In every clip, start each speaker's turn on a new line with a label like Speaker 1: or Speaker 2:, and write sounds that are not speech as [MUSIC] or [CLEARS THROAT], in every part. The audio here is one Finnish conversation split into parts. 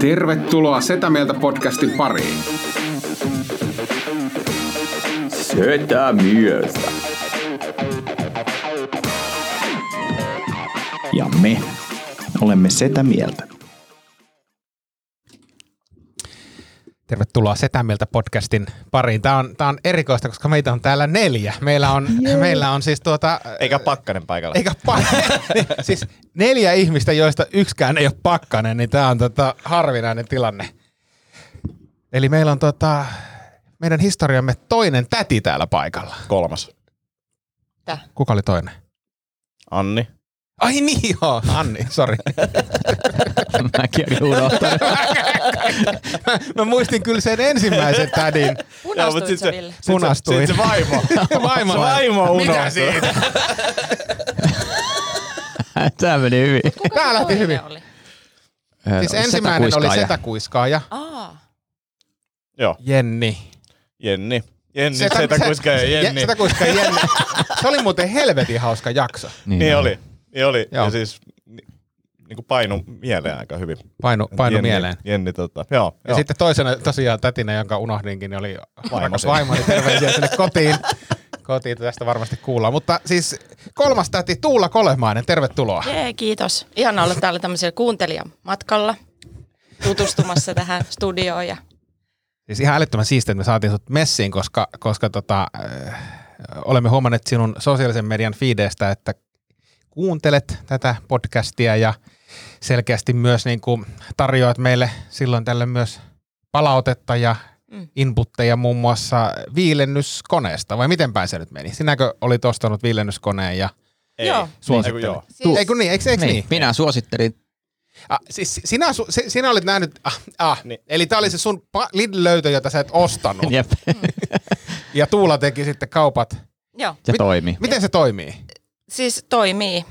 Speaker 1: Tervetuloa Setä Mieltä podcastin pariin.
Speaker 2: Setä mieltä.
Speaker 3: Ja me olemme sitä mieltä.
Speaker 4: Tervetuloa Setä Mieltä podcastin pariin. Tämä on, tämä on erikoista, koska meitä on täällä neljä. Meillä on, meillä on siis tuota...
Speaker 5: Eikä pakkanen paikalla.
Speaker 4: Eikä [LAUGHS] pakkanen. siis neljä ihmistä, joista yksikään ei ole pakkanen, niin tämä on tota harvinainen tilanne. Eli meillä on tota, meidän historiamme toinen täti täällä paikalla.
Speaker 5: Kolmas.
Speaker 4: Kuka oli toinen?
Speaker 5: Anni.
Speaker 4: Ai niin joo, Anni, sori.
Speaker 3: Mäkin olin unohtanut.
Speaker 4: Mä muistin kyllä sen ensimmäisen tädin.
Speaker 5: Joo, mut sit
Speaker 6: Punastuit sä,
Speaker 5: se-
Speaker 6: Ville?
Speaker 4: Punastui.
Speaker 5: Sitten se vaimo.
Speaker 4: [LAUGHS] Vaimo,
Speaker 5: se [LAUGHS] vaimo
Speaker 4: Mitä
Speaker 5: unohtui.
Speaker 4: siitä?
Speaker 5: [LAUGHS]
Speaker 3: Tämä meni hyvin.
Speaker 6: Kuka
Speaker 4: Tää
Speaker 6: se
Speaker 4: lähti
Speaker 6: toinen
Speaker 4: hyvin.
Speaker 6: Oli?
Speaker 4: Siis ensimmäinen oli setäkuiskaaja.
Speaker 6: Aa,
Speaker 5: Joo,
Speaker 4: Jenni.
Speaker 5: Jenni. Jenni,
Speaker 4: Setä-
Speaker 5: Niin, Setä, Kuiska ja
Speaker 4: se-
Speaker 5: Jenni.
Speaker 4: [LAUGHS] Je- Setäkuiska ja Jenni. Se oli muuten helvetin hauska jakso.
Speaker 5: Niin oli. Niin oli.
Speaker 4: Joo.
Speaker 5: Ja siis ni- niinku painu mieleen aika hyvin.
Speaker 4: Painu, painu
Speaker 5: Jenni,
Speaker 4: mieleen.
Speaker 5: Jenni tota, joo.
Speaker 4: Ja
Speaker 5: joo.
Speaker 4: sitten toisena tosiaan tätinä, jonka unohdinkin, niin oli rakas [LAUGHS]
Speaker 5: Vaimosi.
Speaker 4: vaimoni. Terveisiä sinne kotiin. [LAUGHS] Kotiin tästä varmasti kuullaan. Mutta siis kolmas täti Tuula Kolehmainen, tervetuloa.
Speaker 6: jee, kiitos. Ihana olla täällä tämmöisellä kuuntelijamatkalla tutustumassa tähän studioon. Ja...
Speaker 4: Siis ihan älyttömän siistiä, että me saatiin sut messiin, koska, koska tota, äh, olemme huomanneet sinun sosiaalisen median feedeistä, että kuuntelet tätä podcastia ja selkeästi myös niin kuin tarjoat meille silloin tälle myös palautetta ja
Speaker 6: Mm.
Speaker 4: inputteja muun muassa viilennyskoneesta, vai miten päin se nyt meni? Sinäkö olit ostanut viilennyskoneen ja
Speaker 5: Ei.
Speaker 6: Joo.
Speaker 5: Suosittelen.
Speaker 4: Niin,
Speaker 5: Joo.
Speaker 4: Siis... Eikö niin, eikö, eikö niin?
Speaker 3: Niin,
Speaker 4: niin?
Speaker 3: minä suosittelin.
Speaker 4: Ah, siis si- sinä, su, si- sinä olit nähnyt, ah, ah niin.
Speaker 5: Niin.
Speaker 4: eli tämä oli se sun pa- Lidl-löytö, jota sä et ostanut.
Speaker 3: [LAUGHS] Jep.
Speaker 4: Ja Tuula teki sitten kaupat.
Speaker 6: Joo,
Speaker 3: Se
Speaker 4: Mit-
Speaker 3: toimi.
Speaker 4: Miten se toimii?
Speaker 6: siis toimii,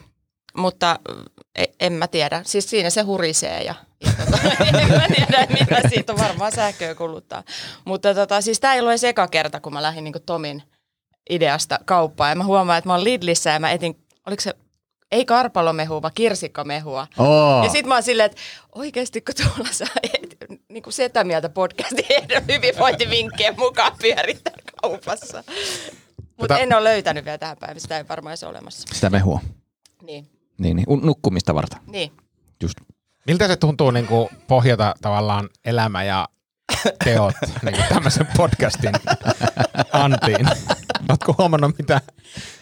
Speaker 6: mutta mm, e- en mä tiedä. Siis siinä se hurisee ja, [LAUGHS] ja tota, en mä tiedä, mitä siitä on varmaan sähköä kuluttaa. Mutta tota, siis tämä ei ole edes eka kerta, kun mä lähdin niin Tomin ideasta kauppaan. Ja mä huomaan, että mä oon Lidlissä ja mä etin, oliko se, ei karpalomehua, vaan kirsikkamehua.
Speaker 3: Oo.
Speaker 6: Ja sit mä oon silleen, että oikeesti kun tuolla sä et, niin kuin setä mieltä [LAUGHS] podcastin ehdon hyvinvointivinkkejä mukaan pyörittää kaupassa. Mutta
Speaker 4: Tota-
Speaker 6: en ole löytänyt vielä tähän päivään, sitä ei varmaan ole olemassa.
Speaker 3: Sitä mehua.
Speaker 6: Niin,
Speaker 3: Niin, niin. Un- Nukkumista varten.
Speaker 6: niin.
Speaker 3: Just.
Speaker 4: Miltä se tuntuu niin kuin pohjata tavallaan elämä ja teot [LAUGHS] niin kuin tämmöisen
Speaker 3: [LAUGHS]
Speaker 4: podcastin antiin? Oletko huomannut mitä?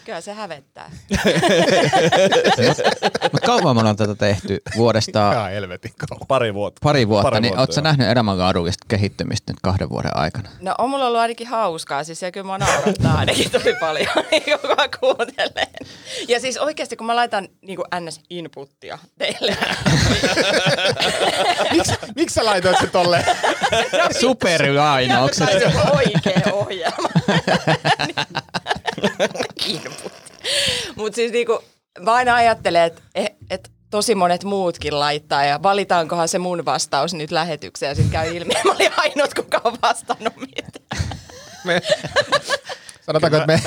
Speaker 6: Kyllä se hävettää.
Speaker 3: Mut kauan me ollaan tätä tehty
Speaker 4: [LAUGHS]
Speaker 3: vuodesta
Speaker 4: Jaa, helvetin kauan.
Speaker 5: Pari vuotta.
Speaker 3: pari vuotta,
Speaker 5: Pari
Speaker 3: niin
Speaker 5: vuotta,
Speaker 3: ootko sä
Speaker 5: joo.
Speaker 3: nähnyt elämänkaadullista kehittymistä nyt kahden vuoden aikana?
Speaker 6: No on mulla ollut ainakin hauskaa, siis ja kyllä mä naurattaa ainakin tosi paljon, [LAUGHS] niin kun mä kuuntelen. Ja siis oikeasti kun mä laitan niin kuin NS-inputtia teille.
Speaker 4: Miksi [LAUGHS] miks sä laitoit se
Speaker 3: [LAUGHS]
Speaker 4: tolle?
Speaker 3: Superlainaukset.
Speaker 6: Tämä on oikea [LAUGHS] ohjelma. Input. Mutta siis niinku, mä aina ajattelen, että et, eh, et tosi monet muutkin laittaa ja valitaankohan se mun vastaus nyt lähetykseen ja sitten käy ilmi, [LAUGHS] että mä olin ainut, kuka on vastannut mitään.
Speaker 4: Me, [LAUGHS] sanotaanko, että me,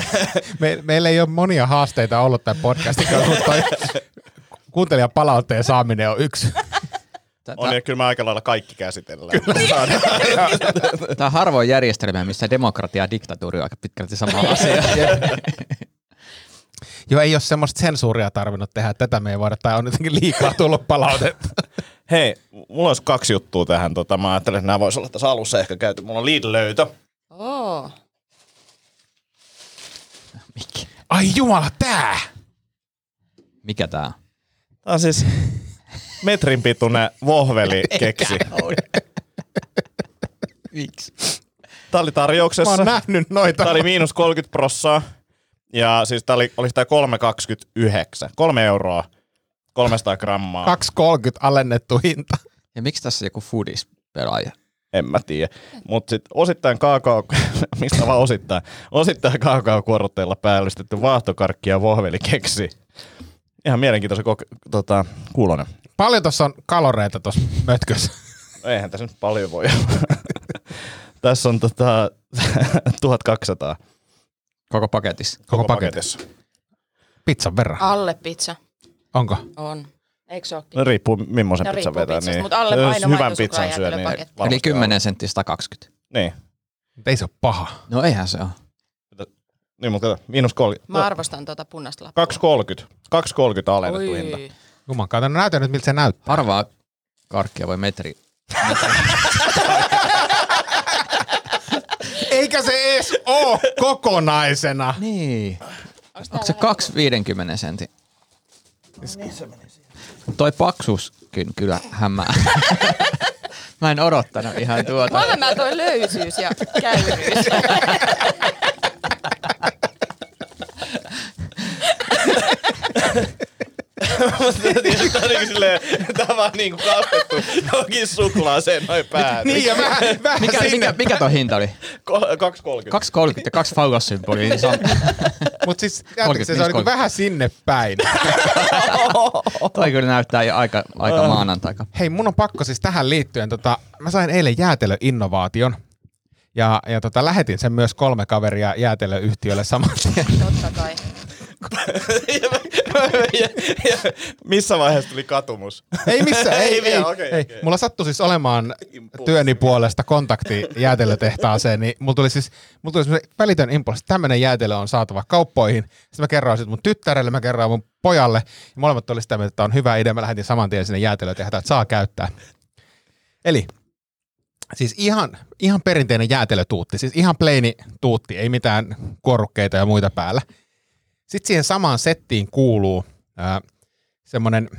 Speaker 4: me, meillä ei ole monia haasteita ollut tämän podcastin kanssa, mutta toi kuuntelijan palautteen saaminen on yksi.
Speaker 5: On ja kyllä mä aika lailla kaikki käsitellään.
Speaker 3: Tämä on harvoin järjestelmä, missä demokratia ja diktatuuri on aika pitkälti
Speaker 4: [LAUGHS]
Speaker 3: sama asia. [LAUGHS]
Speaker 4: Joo, ei ole semmoista sensuuria tarvinnut tehdä, että tätä me ei voida, tai on jotenkin liikaa tullut palautetta.
Speaker 5: Hei, mulla olisi kaksi juttua tähän. Tota, mä ajattelin, että nämä vois olla tässä alussa ehkä käyty. Mulla on Lidl-löytö.
Speaker 6: Oo.
Speaker 3: Mikä,
Speaker 4: Ai jumala, tää!
Speaker 3: mikä tää on?
Speaker 5: Tämä on siis metrin pituinen
Speaker 4: [LAUGHS]
Speaker 5: vohvelikeksi.
Speaker 3: Miksi?
Speaker 5: Tää oli
Speaker 4: Mä
Speaker 5: tarjouksessa.
Speaker 4: oon nähnyt noita.
Speaker 5: Tää oli miinus 30 prossaa. Ja siis tää oli, oli sitä 3,29. 3 euroa 300 grammaa.
Speaker 4: 2,30 alennettu hinta.
Speaker 3: Ja miksi tässä joku foodies pelaaja?
Speaker 5: en mä tiedä. Mutta sitten osittain kaakao, [LAUGHS] mistä vaan osittain, osittain kaakaokuorutteilla päällystetty vaahtokarkki ja vohvelikeksi. Ihan mielenkiintoisen kok- tota, kuulonen.
Speaker 4: Paljon tuossa on kaloreita tuossa mötkössä.
Speaker 5: No Eihän tässä nyt paljon voi olla. Tässä on tota, [LAUGHS] 1200
Speaker 3: Koko paketissa.
Speaker 4: Koko paketti. Pizzan verran.
Speaker 6: Alle pizza
Speaker 4: Onko?
Speaker 6: on. Eikö se
Speaker 5: No
Speaker 6: ole?
Speaker 5: riippuu millaisen
Speaker 6: No,
Speaker 5: pizzan
Speaker 6: riippuu
Speaker 5: vetää.
Speaker 6: pizzasta,
Speaker 5: Niin.
Speaker 6: mut alle
Speaker 5: Jos
Speaker 6: aina
Speaker 5: hyvän
Speaker 6: maitosuklaa
Speaker 5: pizzan syö,
Speaker 6: jäätelö
Speaker 5: niin
Speaker 6: paketti.
Speaker 5: varmasti
Speaker 3: Eli 10 senttiä 120.
Speaker 5: alle. Niin.
Speaker 4: Mut Ei se ole paha.
Speaker 3: No eihän se ole.
Speaker 5: Niin, mutta kato, miinus 30.
Speaker 6: Mä arvostan tuota punaista lappua.
Speaker 5: 230. 230 alennettu
Speaker 6: Oi.
Speaker 5: hinta.
Speaker 4: Juman kautta, no näytä nyt miltä se näyttää.
Speaker 3: Harvaa karkkia voi metri.
Speaker 4: Eikä se edes oo kokonaisena.
Speaker 3: Niin. Onko se 2,50 sentin?
Speaker 4: Niin
Speaker 3: Toi paksuuskin kyllä hämää. Mä en odottanut ihan tuota.
Speaker 6: Vähän mä toi löysyys [LAUGHS] ja käyryys.
Speaker 5: Tämä on niin silleen, tää on vaan niinku kastettu johonkin suklaaseen noin päälle.
Speaker 4: Niin ja vähän, vähän
Speaker 3: Mikä,
Speaker 4: sinne.
Speaker 3: mikä, mikä toi hinta oli?
Speaker 5: 230.
Speaker 3: 2,30 ja kaksi faulassymbolia. Niin se on,
Speaker 4: Mut siis jätätkö se, se on
Speaker 3: 35.
Speaker 4: niinku vähän sinne päin.
Speaker 3: toi kyllä näyttää jo aika, aika maanantaika.
Speaker 4: Hei, mun on pakko siis tähän liittyen. Tota, mä sain eilen jäätelöinnovaation. Ja, ja tota, lähetin sen myös kolme kaveria jäätelöyhtiölle saman tien.
Speaker 6: Totta kai.
Speaker 5: [LAUGHS] ja, ja, missä vaiheessa tuli katumus?
Speaker 4: [LAUGHS] Ei missään, ei,
Speaker 5: Ei
Speaker 4: ei,
Speaker 5: vielä,
Speaker 4: ei,
Speaker 5: okei,
Speaker 4: ei.
Speaker 5: okei.
Speaker 4: Mulla sattui siis olemaan työni puolesta kontakti jäätelötehtaaseen, niin mulla tuli siis mulla tuli semmoinen välitön impulssi, että tämmöinen jäätelö on saatava kauppoihin. Sitten mä kerroin sitten mun tyttärelle, mä kerroin mun pojalle, ja molemmat oli sitä mieltä, että on hyvä idea, mä lähetin saman tien sinne jäätelötehtaan, että saa käyttää. Eli siis ihan, ihan perinteinen jäätelötuutti, siis ihan pleini tuutti, ei mitään korukkeita ja muita päällä. Sitten siihen samaan settiin kuuluu ää, semmoinen,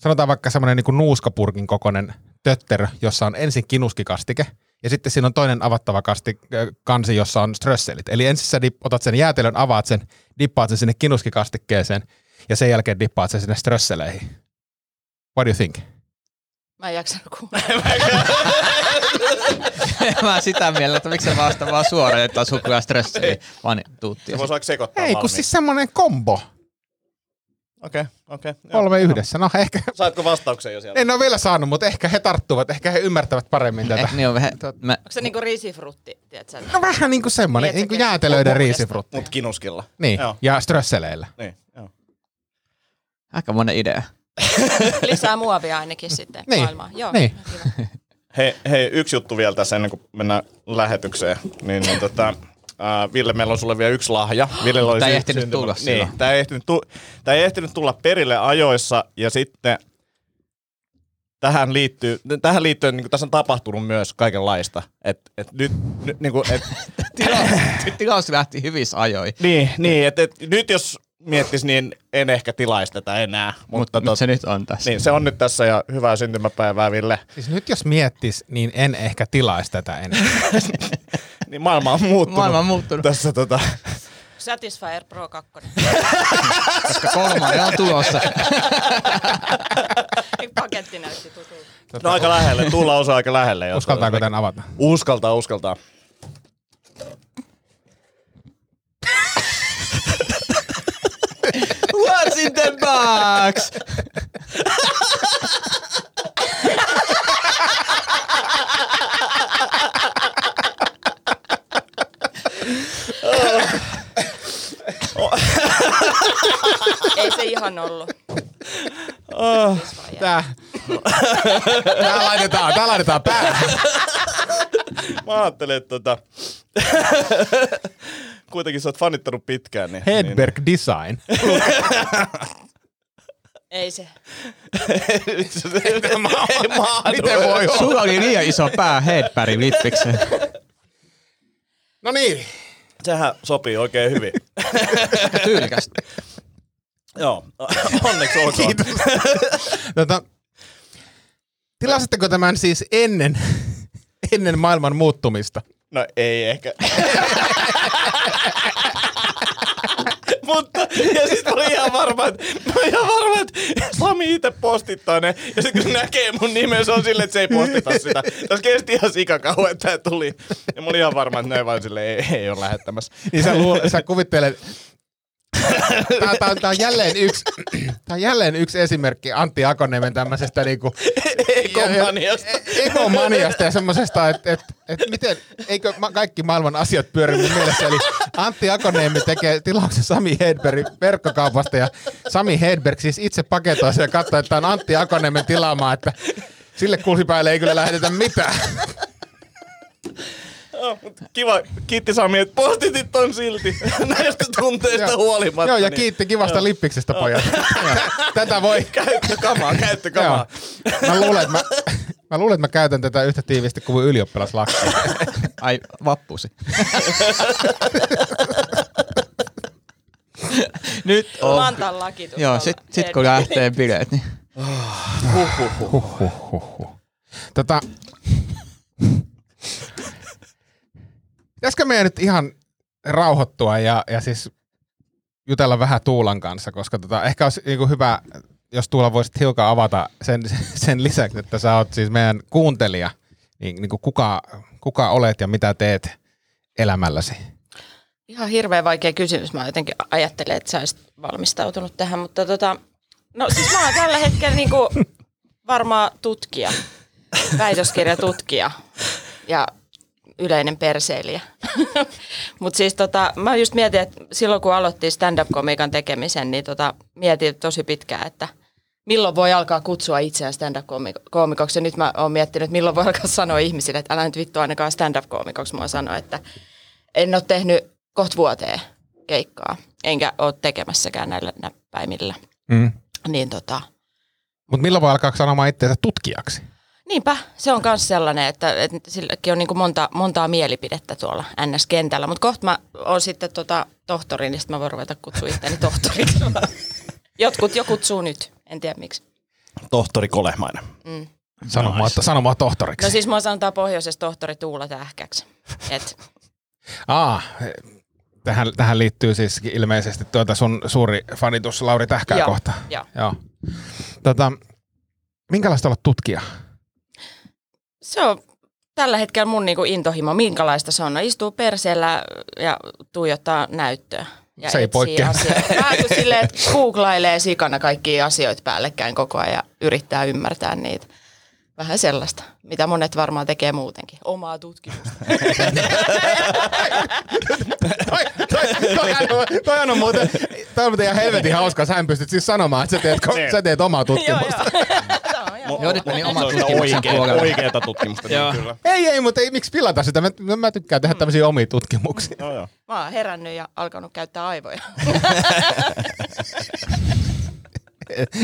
Speaker 4: sanotaan vaikka semmoinen niin nuuskapurkin kokoinen tötterö, jossa on ensin kinuskikastike, ja sitten siinä on toinen avattava kasti, ö, kansi, jossa on strösselit. Eli ensin sä dip, otat sen jäätelön, avaat sen, dippaat sen sinne kinuskikastikkeeseen, ja sen jälkeen dippaat sen sinne strösseleihin. What do you think?
Speaker 6: Mä en jaksanut kuulla.
Speaker 3: [LAUGHS] Mä oon sitä mieltä, että miksi sä vasta vaan suoraan, että on sukuja stresseli, niin vaan tuutti.
Speaker 5: Se voisi vaikka sekoittaa
Speaker 4: Ei, kun
Speaker 5: valmiiksi.
Speaker 4: siis semmoinen kombo.
Speaker 5: Okei, okei. joo.
Speaker 4: Kolme yhdessä. No ehkä,
Speaker 5: Saatko vastauksen jo sieltä?
Speaker 4: en ole vielä saanut, mutta ehkä he tarttuvat, ehkä he ymmärtävät paremmin tätä.
Speaker 3: Eh, niin on vähän, mä,
Speaker 6: Onko se niinku riisifrutti, tiedätkö?
Speaker 4: No vähän niin kuin semmoinen,
Speaker 6: Niin,
Speaker 4: niin
Speaker 6: että
Speaker 4: kuin
Speaker 6: se-
Speaker 4: jäätelöiden
Speaker 6: Kokonaista.
Speaker 4: riisifrutti.
Speaker 5: Mut kinuskilla.
Speaker 4: Niin,
Speaker 5: Joo.
Speaker 4: ja strösseleillä.
Speaker 5: Niin, joo.
Speaker 3: aika monen idea.
Speaker 6: Lisää muovia ainakin sitten
Speaker 4: Niin.
Speaker 6: maailmaan. Joo,
Speaker 4: Niin.
Speaker 6: hyvä.
Speaker 5: Hei, hei, yksi juttu vielä tässä ennen kuin mennään lähetykseen. Niin, niin tota, ää, Ville, meillä on sulle vielä yksi lahja. Ville oli
Speaker 3: Tää ei
Speaker 5: sy-
Speaker 3: ehtinyt
Speaker 5: syntymä-
Speaker 3: tulla
Speaker 5: niin,
Speaker 3: silloin.
Speaker 5: tämä ei, ehtinyt tu- tää ei ehtinyt tulla perille ajoissa ja sitten tähän, liittyy, tähän liittyen niin tässä on tapahtunut myös kaikenlaista. Et, et nyt, nyt niin
Speaker 3: [LAUGHS]
Speaker 5: kuin, et,
Speaker 3: Tilaus, tilaus lähti hyvissä ajoin.
Speaker 5: niin, niin et, et, nyt jos miettis, niin en ehkä tilaisi tätä enää. Mutta
Speaker 3: Mutta
Speaker 5: mut, se,
Speaker 3: mut se nyt on tässä.
Speaker 5: niin, se on nyt tässä ja hyvää syntymäpäivää Ville.
Speaker 4: Siis nyt jos miettis, niin en ehkä tilaisi tätä enää.
Speaker 5: Niin maailma on muuttunut.
Speaker 3: Maailma on muuttunut.
Speaker 5: Tässä tota,
Speaker 6: Satisfyer Pro 2.
Speaker 3: koska kolmannen on tulossa.
Speaker 6: [LAUGHS] Paketti näytti tutulta.
Speaker 5: no aika lähelle, tulla osa aika lähelle. jo.
Speaker 4: Uskaltaako tämän avata?
Speaker 5: Uskaltaa, uskaltaa.
Speaker 3: What's in the box?
Speaker 6: Ei se ihan ollut.
Speaker 3: Ah.
Speaker 4: Tää, tää laitetaan, tää laitetaan päähän.
Speaker 5: Mä ajattelin, että tota... [LAUGHS] Kuitenkin sä oot fanittanut pitkään. Niin, [LAUGHS]
Speaker 4: Hedberg Design.
Speaker 6: Ei se.
Speaker 5: Niin, ei mahdu.
Speaker 4: Miten voi olla?
Speaker 3: Sulla oli liian iso pää headpäri vittikseen.
Speaker 4: [LAUGHS] No niin.
Speaker 5: Sehän sopii oikein hyvin.
Speaker 3: Tyylikäs.
Speaker 5: Joo, [LAUGHS] onneksi olkoon. Kiitos.
Speaker 4: Tota, tilasitteko tämän siis ennen, [LAUGHS] ennen maailman muuttumista?
Speaker 5: No ei ehkä. [LAUGHS] mutta, ja sitten oli ihan varma, että, mä olin ihan varma, että Sami itse postittaa ne. Ja sitten kun se näkee mun nimen, se on silleen, että se ei postita sitä. Tässä kesti ihan sikakauan, että tää tuli. Ja mä olin ihan varma, että näin vaan sille ei, ei ole lähettämässä.
Speaker 4: Niin [LAUGHS] sä, luule, sä kuvittelet, [LAUGHS] Tää, tää, on- tää, on jälleen yksi, [CLEARS THROAT] tää on jälleen yksi esimerkki Antti Akoniemen tämmöisestä [LAUGHS] niinku [LAUGHS]
Speaker 5: Ekomaniasta.
Speaker 4: e- ekomaniasta ja semmoisesta, että et, et miten, eikö ma- kaikki maailman asiat pyöri mun mielessä. Eli Antti Akoniemi tekee tilauksen Sami Hedberg verkkokaupasta ja Sami Hedberg siis itse paketoi sen ja katsoi, että tää on Antti Akoniemen tilaamaa, että sille kulsipäälle ei kyllä lähetetä mitään.
Speaker 5: Joo, Oh, mut Kiva, kiitti Sami, että postitit ton silti [LAUGHS] näistä tunteista huolimatta.
Speaker 4: Joo, ja
Speaker 5: niin-
Speaker 4: kiitti kivasta lippiksestä pojat. Joo. Tätä voi...
Speaker 5: Käyttökamaa, käyttökamaa.
Speaker 4: Joo. Mä luulen, että mä, mä luulen, että mä käytän tätä yhtä tiiviisti kuin mun ylioppilaslakki.
Speaker 3: Ai, vappusi. Nyt on.
Speaker 6: Mantan laki tuossa
Speaker 3: Joo,
Speaker 6: olla.
Speaker 3: sit, sit kun lähtee bileet, niin
Speaker 4: Tota, pitäisikö meidän nyt ihan rauhoittua ja, ja siis jutella vähän Tuulan kanssa, koska tota, ehkä olisi niinku hyvä, jos Tuula voisit hiukan avata sen, sen lisäksi, että sä oot siis meidän kuuntelija, niin, niin kuin kuka, kuka olet ja mitä teet elämälläsi.
Speaker 6: Ihan hirveän vaikea kysymys. Mä jotenkin ajattelen, että sä olisit valmistautunut tähän, mutta tota, no siis mä oon tällä hetkellä niinku varmaan tutkija, väitöskirjatutkija ja yleinen [LAUGHS] perseilijä. mutta siis tota, mä just mietin, että silloin kun aloittiin stand-up-komiikan tekemisen, niin tota, mietin tosi pitkään, että milloin voi alkaa kutsua itseään stand-up-koomikoksi. Ja nyt mä oon miettinyt, että milloin voi alkaa sanoa ihmisille, että älä nyt vittu ainakaan stand-up-koomikoksi. Mä oon sanonut, että en ole tehnyt kohta vuoteen keikkaa, enkä ole tekemässäkään näillä näppäimillä.
Speaker 4: Mm.
Speaker 6: Niin tota,
Speaker 4: Mutta milloin voi alkaa sanomaan itseänsä tutkijaksi?
Speaker 6: niinpä, se on myös sellainen, että, että silläkin on niin kuin monta, montaa mielipidettä tuolla NS-kentällä. Mutta kohta mä oon sitten tota, tohtori, niin sitten mä voin ruveta kutsua itseäni tohtoriksi. Jotkut jo kutsuu nyt, en tiedä miksi. Mm.
Speaker 5: Tohtori Kolehmainen.
Speaker 4: Sanomaan, nice. sanomaan tohtoriksi.
Speaker 6: No siis mua sanotaan pohjoisessa tohtori Tuula Tähkäksi. Et,
Speaker 4: Aa, tähän, tähän liittyy siis ilmeisesti tuota sun suuri fanitus Lauri Tähkää
Speaker 6: Joo,
Speaker 4: kohta.
Speaker 6: joo.
Speaker 4: Joo. Tota, minkälaista olla tutkija?
Speaker 6: Se on tällä hetkellä mun niinku intohimo, minkälaista se on. No, istuu perseellä ja tuijottaa näyttöä. Ja
Speaker 4: Se ei
Speaker 6: etsii
Speaker 4: poikkea.
Speaker 6: asioita. Vähän kuin silleen, että googlailee sikana kaikkia asioita päällekkäin koko ajan ja yrittää ymmärtää niitä. Vähän sellaista, mitä monet varmaan tekee muutenkin. Omaa tutkimusta.
Speaker 4: [LAUGHS] Toi, toi, toi, on- toi, on muuten, toi on muuten ihan helvetin hauskaa. Sä pystyt siis sanomaan, että sä teet, ko- sä teet omaa tutkimusta.
Speaker 6: joo. Tämä on ihan
Speaker 3: Joo, nyt meni oma
Speaker 5: Se on sitä
Speaker 3: tutkimuksen
Speaker 5: oikee-
Speaker 3: puolelle.
Speaker 5: Oikeeta tutkimusta, niin kyllä.
Speaker 4: Ei, ei, mutta ei, miksi pilata sitä? Mä, mä tykkään tehdä tämmöisiä omia tutkimuksia.
Speaker 5: Joo, joo.
Speaker 6: Mä oon herännyt ja alkanut käyttää aivoja.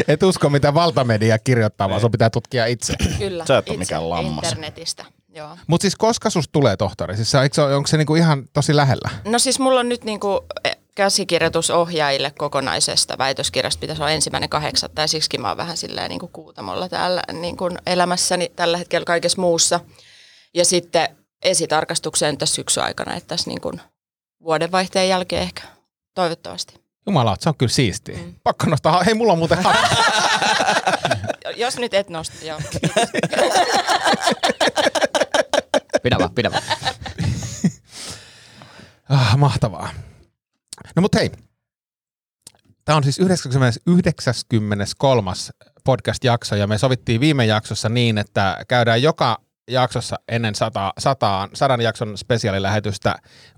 Speaker 4: Et usko, mitä valtamedia kirjoittaa, vaan sun pitää tutkia itse.
Speaker 6: Kyllä.
Speaker 5: Sä et oo
Speaker 6: itse
Speaker 5: mikään lammas.
Speaker 6: Internetistä, joo.
Speaker 4: Mutta siis koska sus tulee tohtori? Siis se- eikö se, ole- onko se niinku ihan tosi lähellä?
Speaker 6: No siis mulla on nyt niinku eh, käsikirjoitusohjaajille kokonaisesta väitöskirjasta pitäisi olla ensimmäinen kahdeksatta ja siksi mä oon vähän silleen niinku kuutamolla täällä niinku elämässäni tällä hetkellä kaikessa muussa. Ja sitten esitarkastukseen tässä syksyn aikana, että tässä niinku vuodenvaihteen jälkeen ehkä, toivottavasti.
Speaker 4: Jumala, se on kyllä siistiä. Mm. Pakko nostaa, hei mulla on muuten hattu.
Speaker 6: Jos nyt et nosta, joo.
Speaker 3: pidä vaan, pidä vaan.
Speaker 4: Ah, mahtavaa. No mut hei, tämä on siis 90, 93. podcast-jakso ja me sovittiin viime jaksossa niin, että käydään joka jaksossa ennen sata, sataan, sadan jakson spesiaalilähetystä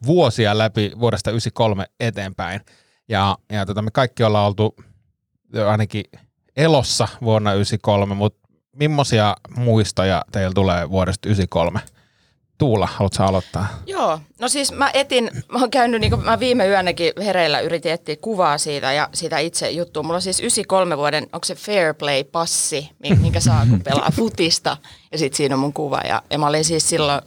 Speaker 4: vuosia läpi vuodesta 93 eteenpäin. Ja, ja tota, me kaikki ollaan oltu ainakin elossa vuonna 93, mutta millaisia muistoja teillä tulee vuodesta 93? Tuula, haluatko sä aloittaa?
Speaker 6: Joo, no siis mä etin, mä oon käynyt, niin mä viime yönäkin hereillä yritin etsiä kuvaa siitä ja sitä itse juttua. Mulla on siis 93 vuoden, onko se Fair Play-passi, mi- minkä saa kun pelaa futista ja sit siinä on mun kuva. Ja, ja mä olin siis silloin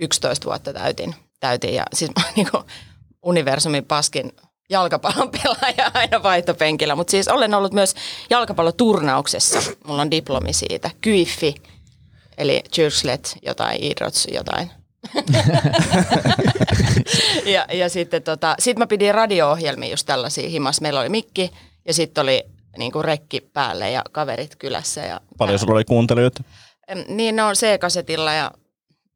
Speaker 6: 11 vuotta täytin, täytin ja siis [LAUGHS] mä oon niin universumin paskin jalkapallon pelaaja aina vaihtopenkillä. Mutta siis olen ollut myös jalkapalloturnauksessa, mulla on diplomi siitä, kyyffi, eli Jyrslet, jotain, [LAUGHS] Idrots, jotain ja, ja sitten tota, sit mä pidin radio-ohjelmia just tällaisia himas. Meillä oli mikki ja sitten oli niinku rekki päälle ja kaverit kylässä. Ja
Speaker 5: Paljon sulla oli kuuntelijoita?
Speaker 6: Em, Niin ne on C-kasetilla ja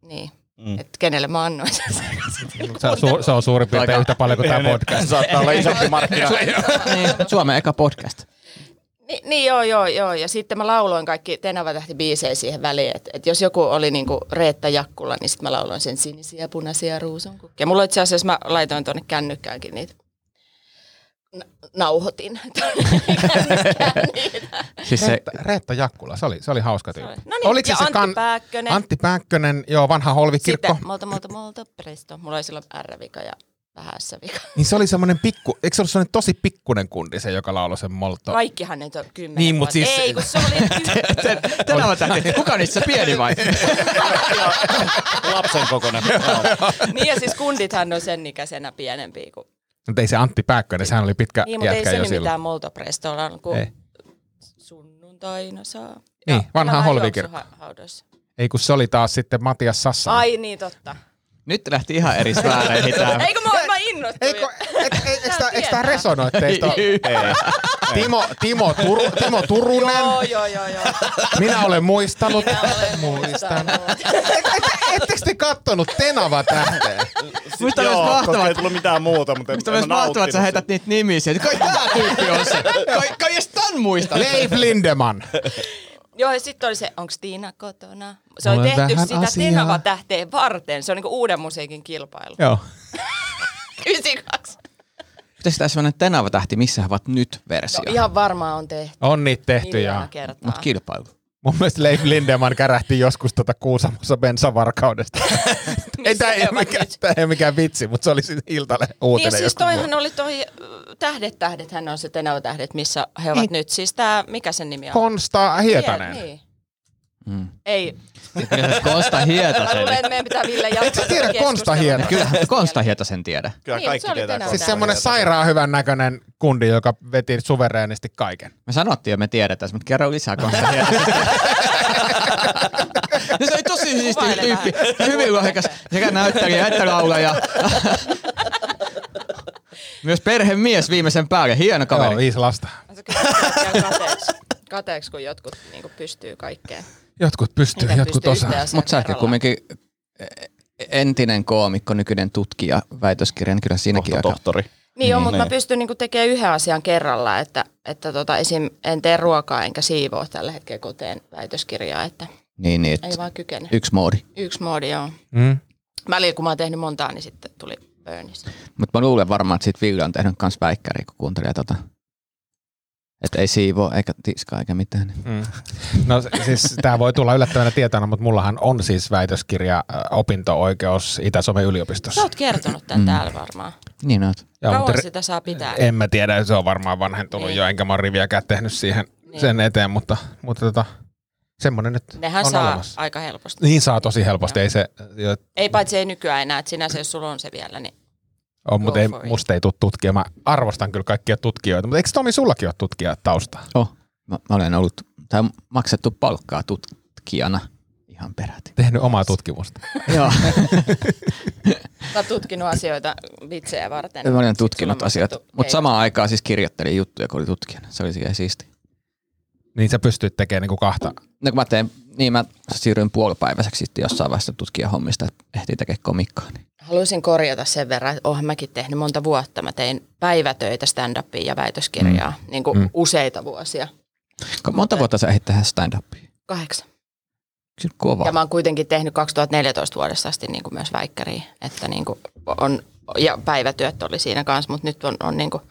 Speaker 6: niin.
Speaker 5: Mm.
Speaker 6: Mm. Että kenelle mä annoin sen [LAUGHS] C-kasetin.
Speaker 4: Se, on su- se on suurin piirtein yhtä paljon kuin tämä podcast.
Speaker 5: Saattaa olla isompi markkina.
Speaker 3: niin, Suomen eka podcast.
Speaker 6: Ni, niin joo, joo, joo. Ja sitten mä lauloin kaikki Tenava tähti biisejä siihen väliin. Että et jos joku oli niinku Reetta Jakkula, niin sitten mä lauloin sen sinisiä, punaisia ruusunkukkia. Mulla itse asiassa mä laitoin tuonne kännykkäänkin niitä. Na- nauhoitin. Kännykkään niitä.
Speaker 3: Siis se,
Speaker 4: Reetta, Reetta Jakkula, se oli, se oli hauska tyyppi.
Speaker 6: [LAUGHS] No niin, ja Antti Pääkkönen.
Speaker 4: Antti Pääkkönen, joo, vanha holvikirkko.
Speaker 6: Sitten molta, molta, molta, presto. Mulla oli silloin R-vika ja vähän S-vika.
Speaker 4: Niin se oli semmoinen pikku, eikö se ollut semmoinen tosi pikkunen kundi se, joka lauloi sen molto?
Speaker 6: Kaikkihan nyt on kymmenen
Speaker 4: Niin, mut
Speaker 6: vuotta.
Speaker 4: siis-
Speaker 6: Ei, kun
Speaker 4: [LAUGHS]
Speaker 6: se oli...
Speaker 3: tänä on tähti. Kuka on niissä pieni vai?
Speaker 5: Lapsen
Speaker 4: [LAUGHS]
Speaker 5: kokoinen.
Speaker 6: niin ja siis kundithan on sen ikäisenä pienempiä kuin...
Speaker 4: Mutta ei se Antti Pääkkönen, sehän oli pitkä
Speaker 6: Niin, mutta ei
Speaker 4: jätkä
Speaker 6: se
Speaker 4: jo
Speaker 6: nyt
Speaker 4: silloin.
Speaker 6: mitään moltoprestoa on, kun
Speaker 4: Ei.
Speaker 6: sunnuntaina saa.
Speaker 4: Niin, vanha holvikirkko.
Speaker 6: holvikirkko.
Speaker 4: Ei kun se oli taas sitten Matias Sassa.
Speaker 6: Ai niin, totta.
Speaker 3: Nyt lähti ihan eri sfääreihin tää.
Speaker 6: Eikö mä, mä innostuin?
Speaker 4: Eikö, eikö, eikö,
Speaker 6: Tää
Speaker 4: eikö
Speaker 6: tietää.
Speaker 4: tämä resonoi teistä? [LAUGHS] Timo, Timo, Turu, Timo Turunen,
Speaker 6: Joo, joo, joo, joo.
Speaker 4: minä olen muistanut.
Speaker 6: Minä olen
Speaker 4: Muistan.
Speaker 6: muistanut.
Speaker 4: Et- et- Ettekö te kattonut Tenava tähteen?
Speaker 3: Musta myös
Speaker 5: Siis koska
Speaker 3: mahtavaa,
Speaker 5: ei tullut mitään muuta, mutta en,
Speaker 3: Mutta myös mahtavaa, että sä heität niitä nimiä sieltä. Kai tää tyyppi on se. Kai, kai edes tän muista.
Speaker 4: Leif Lindeman.
Speaker 6: Joo, ja sitten oli se, onko Tiina kotona? Se oli
Speaker 4: Mulla on
Speaker 6: tehty
Speaker 4: vähän
Speaker 6: sitä
Speaker 4: asiaa.
Speaker 6: Tenava tähteen varten. Se on niinku uuden musiikin kilpailu.
Speaker 4: [LAUGHS] Joo.
Speaker 6: 92.
Speaker 3: Pitäis tää semmonen Tenava-tähti, missä he ovat nyt
Speaker 6: No,
Speaker 3: versio.
Speaker 6: ihan varmaan on tehty.
Speaker 4: On niitä tehty
Speaker 6: Miljoona
Speaker 4: ja
Speaker 6: kertaa.
Speaker 3: Mut kilpailu.
Speaker 4: mun mielestä Leif Lindeman kärähti joskus tota Kuusamossa
Speaker 6: [LAUGHS]
Speaker 4: bensavarkaudesta. ei,
Speaker 6: Missä
Speaker 4: tämä, ei
Speaker 6: he
Speaker 4: ole
Speaker 6: ovat
Speaker 4: mikään,
Speaker 6: nyt?
Speaker 4: tämä ei ole mikään vitsi, mutta se oli siis Iltale uutinen.
Speaker 6: Niin siis
Speaker 4: joskus
Speaker 6: toihan
Speaker 4: vuonna.
Speaker 6: oli toi äh, Tähdet tähdet, hän on se Tenava tähdet, missä he ovat
Speaker 4: Niin.
Speaker 6: nyt. Siis tää, mikä sen nimi on?
Speaker 4: Konsta Hietanen.
Speaker 6: Tie- Niin.
Speaker 3: Mm.
Speaker 6: Ei,
Speaker 3: Konsta
Speaker 6: mä
Speaker 3: Hietasen.
Speaker 6: luulen, että meidän pitää
Speaker 4: [LAUGHS]
Speaker 6: vielä jatkaa.
Speaker 4: Etkö sä
Speaker 6: tätä
Speaker 4: tiedä
Speaker 6: keskustelua.
Speaker 4: Konsta Hietanen?
Speaker 3: Kyllähän Konsta Hietasen tiedä.
Speaker 5: Kyllä
Speaker 6: Niin,
Speaker 5: kaikki
Speaker 6: se oli
Speaker 5: tietää.
Speaker 6: tänään.
Speaker 5: kun-
Speaker 4: Siis
Speaker 6: Tää
Speaker 4: semmoinen sairaan hyvän näköinen kundi, joka veti suvereenisti kaiken.
Speaker 3: Me sanottiin jo, me tiedetään, se, mutta kerro lisää Konsta Hietasesta. No se oli tosi siisti
Speaker 6: Kuvaile
Speaker 3: tyyppi.
Speaker 6: vähän.
Speaker 3: Hyvin lahjakas. Sekä näyttelijä että laulaja. Myös perhemies viimeisen päälle. Hieno
Speaker 4: Kaveri. Joo,
Speaker 3: kaveri.
Speaker 4: viisi lasta.
Speaker 6: Se kyllä kaikkea kateeksi, kateeksi, kun jotkut niinku pystyy kaikkeen.
Speaker 4: Jotkut pystyy,
Speaker 6: Mitä
Speaker 4: jotkut
Speaker 6: pystyy
Speaker 4: osaa.
Speaker 6: yhteen asiaan
Speaker 3: Mutta säkin
Speaker 6: kerrallaan.
Speaker 3: kumminkin e, entinen koomikko, nykyinen tutkija, väitöskirjan, kyllä siinäkin
Speaker 5: Kohta
Speaker 3: aika.
Speaker 5: tohtori.
Speaker 6: Niin joo, mutta mä
Speaker 5: Niin.
Speaker 6: pystyn niinku tekemään yhden asian kerralla, että, että tota, esim. en tee ruokaa enkä siivoa tällä hetkellä koteen väitöskirjaa, että
Speaker 3: Niin, niin.
Speaker 6: ei
Speaker 3: et
Speaker 6: vaan kykene.
Speaker 3: Yksi moodi.
Speaker 6: Yksi moodi, joo.
Speaker 4: Mm.
Speaker 6: Välillä kun mä oon tehnyt montaa, niin sitten tuli burnis.
Speaker 3: Mutta mä luulen varmaan, että sit Ville on tehnyt kans väikkäriä, kun kuuntelee tota. Että ei siivoo, eikä tiskaa, eikä mitään.
Speaker 4: Mm. [LAUGHS] No se- siis tämä voi tulla yllättävänä tietona, mutta mullahan on siis väitöskirja äh, opinto-oikeus Itä-Suomen
Speaker 6: Sä
Speaker 4: yliopistossa.
Speaker 6: oot kertonut tän
Speaker 3: Mm.
Speaker 6: täällä varmaan.
Speaker 3: Niin oot.
Speaker 4: Joo,
Speaker 6: Kauan
Speaker 4: mutta re-
Speaker 6: sitä saa pitää.
Speaker 4: en mä tiedä, se on varmaan vanhentunut
Speaker 6: Niin.
Speaker 4: jo, enkä mä ole riviäkään tehnyt siihen
Speaker 6: Niin.
Speaker 4: sen eteen, mutta, mutta tota, semmoinen nyt
Speaker 6: Nehän
Speaker 4: on
Speaker 6: saa
Speaker 4: olemassa.
Speaker 6: aika helposti.
Speaker 4: Niin saa tosi helposti, ei se jo,
Speaker 6: Ei paitsi ei nykyään enää, että sinänsä jos sulla on se vielä, niin
Speaker 4: on, mutta ei,
Speaker 6: for it.
Speaker 4: musta ei tule tutkija. Mä arvostan kyllä kaikkia tutkijoita, mutta eikö Tomi sullakin ole tutkija tausta?
Speaker 3: Oh. Mä, mä olen ollut, tai maksettu palkkaa tutkijana ihan peräti.
Speaker 4: Tehnyt omaa tutkimusta.
Speaker 3: [LAUGHS] Joo.
Speaker 6: sä oot tutkinut asioita vitsejä varten.
Speaker 3: [LAUGHS] Mä olen
Speaker 6: Sit
Speaker 3: tutkinut
Speaker 6: sulla on
Speaker 3: asiat,
Speaker 6: maksettu-
Speaker 3: mutta
Speaker 6: ei.
Speaker 3: samaan aikaan siis kirjoittelin juttuja, kun olin tutkijana. Se oli sillä siisti.
Speaker 4: Niin sä pystyt tekemään niinku
Speaker 6: [LAUGHS]
Speaker 4: kahta.
Speaker 3: No kun mä tein, niin mä siirryin puolipäiväiseksi sitten jossain vaiheessa tutkijahommista, että ehtii tekemään komikkaa. Niin.
Speaker 6: Haluaisin korjata sen verran, että oonhan mäkin tehnyt monta vuotta. Mä tein päivätöitä stand-upia ja väitöskirjaa, niin kuin
Speaker 4: Mm.
Speaker 6: useita vuosia.
Speaker 3: Monta vuotta sä ehdit tehdä stand-upia?
Speaker 6: Kahdeksan.
Speaker 3: Kyllä kova.
Speaker 6: Ja mä oon kuitenkin tehnyt 2014 vuodesta asti niin kuin myös väikkäriä, että niin kuin on, ja päivätyöt oli siinä kanssa, mutta nyt on, on niin kuin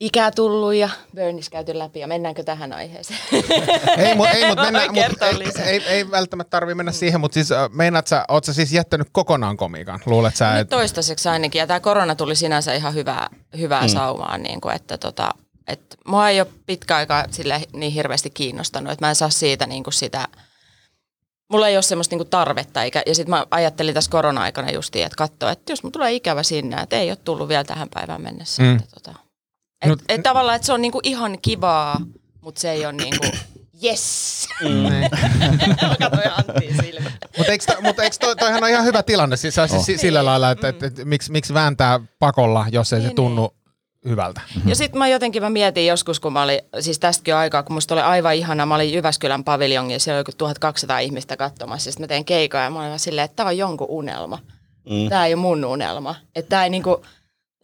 Speaker 6: ikää tullut ja Burnis käyty läpi ja mennäänkö tähän aiheeseen?
Speaker 4: Ei, mu, ei, mut
Speaker 6: Mä
Speaker 4: mennä,
Speaker 6: voin
Speaker 4: mut,
Speaker 6: kertoa
Speaker 4: ei,
Speaker 6: lisää.
Speaker 4: ei, ei, välttämättä tarvi mennä siihen, mutta siis äh, meinaat sä, oot sä siis jättänyt kokonaan komiikan? Luulet sä,
Speaker 6: Nyt
Speaker 4: että...
Speaker 6: toistaiseksi ainakin, ja tämä korona tuli sinänsä ihan hyvää, hyvää mm. saumaa, niin kuin, että tota, et mua ei ole pitkä aikaa sille niin hirveästi kiinnostanut, että mä en saa siitä niin kuin sitä, mulla ei ole semmoista niin kuin tarvetta, eikä, ja sitten mä ajattelin tässä korona-aikana justiin, että katsoa, että jos mun tulee ikävä sinne, että ei ole tullut vielä tähän päivään mennessä.
Speaker 4: Mm.
Speaker 6: Mm. Että, tota, et,
Speaker 4: No-
Speaker 6: et, tavallaan, että se on niin kuin ihan kivaa, mutta se ei ole niin kuin yes! [LAUGHS] Mä katsoin Anttiin silmä.
Speaker 4: Mutta eikö, to, mutta eikö toi, toihan on ihan hyvä tilanne siis, siis si- sillä lailla, että, että, että miksi, miksi vääntää pakolla, jos ei se
Speaker 6: Niin,
Speaker 4: tunnu hyvältä?
Speaker 6: Ja sitten mä jotenkin mä mietin joskus, kun mä olin, siis tästäkin on aikaa, kun musta oli aivan ihana, mä olin Jyväskylän paviljongin ja siellä oli joku 1200 ihmistä katsomassa ja sitten mä tein keikaa ja mä olin vaan silleen, että tää on jonkun unelma. Mm. Tää ei ole mun unelma. Että tää ei niinku,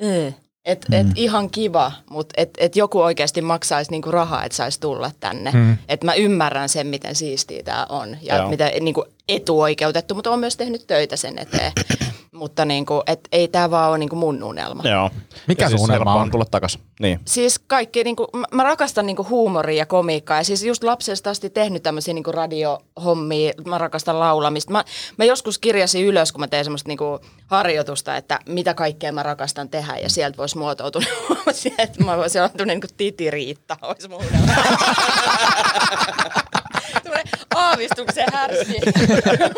Speaker 6: mm. et, et ihan kiva, mutta et, et joku oikeasti maksaisi niinku rahaa, että saisi tulla tänne. Mm. Että mä ymmärrän sen, miten siistiä tää on ja
Speaker 5: Joo.
Speaker 6: Joo. mitä niinku etuoikeutettu, mutta on myös tehnyt töitä sen [CLEARS THROAT] eteen. mutta niinku, et ei tää vaan ole niinku mun unelma.
Speaker 5: Joo.
Speaker 4: Mikä
Speaker 5: Ja
Speaker 4: sun unelma
Speaker 5: helppoa
Speaker 4: on?
Speaker 5: tulla takas. Niin.
Speaker 6: Siis kaikki, niin kuin, mä rakastan niin kuin huumoria ja komiikkaa ja siis just lapsesta asti tehnyt tämmöisiä niin kuin radiohommia, mä rakastan laulamista. Mä, mä joskus kirjasin ylös, kun mä tein semmoista niin kuin harjoitusta, että mitä kaikkea mä rakastan tehdä ja sieltä voisi [LAUGHS] muotoutua, että mä voisin olla tämmöinen niin titiriitta, olisi mun unelma. [LAUGHS] Tämmönen aavistuksen härski. [LAUGHS]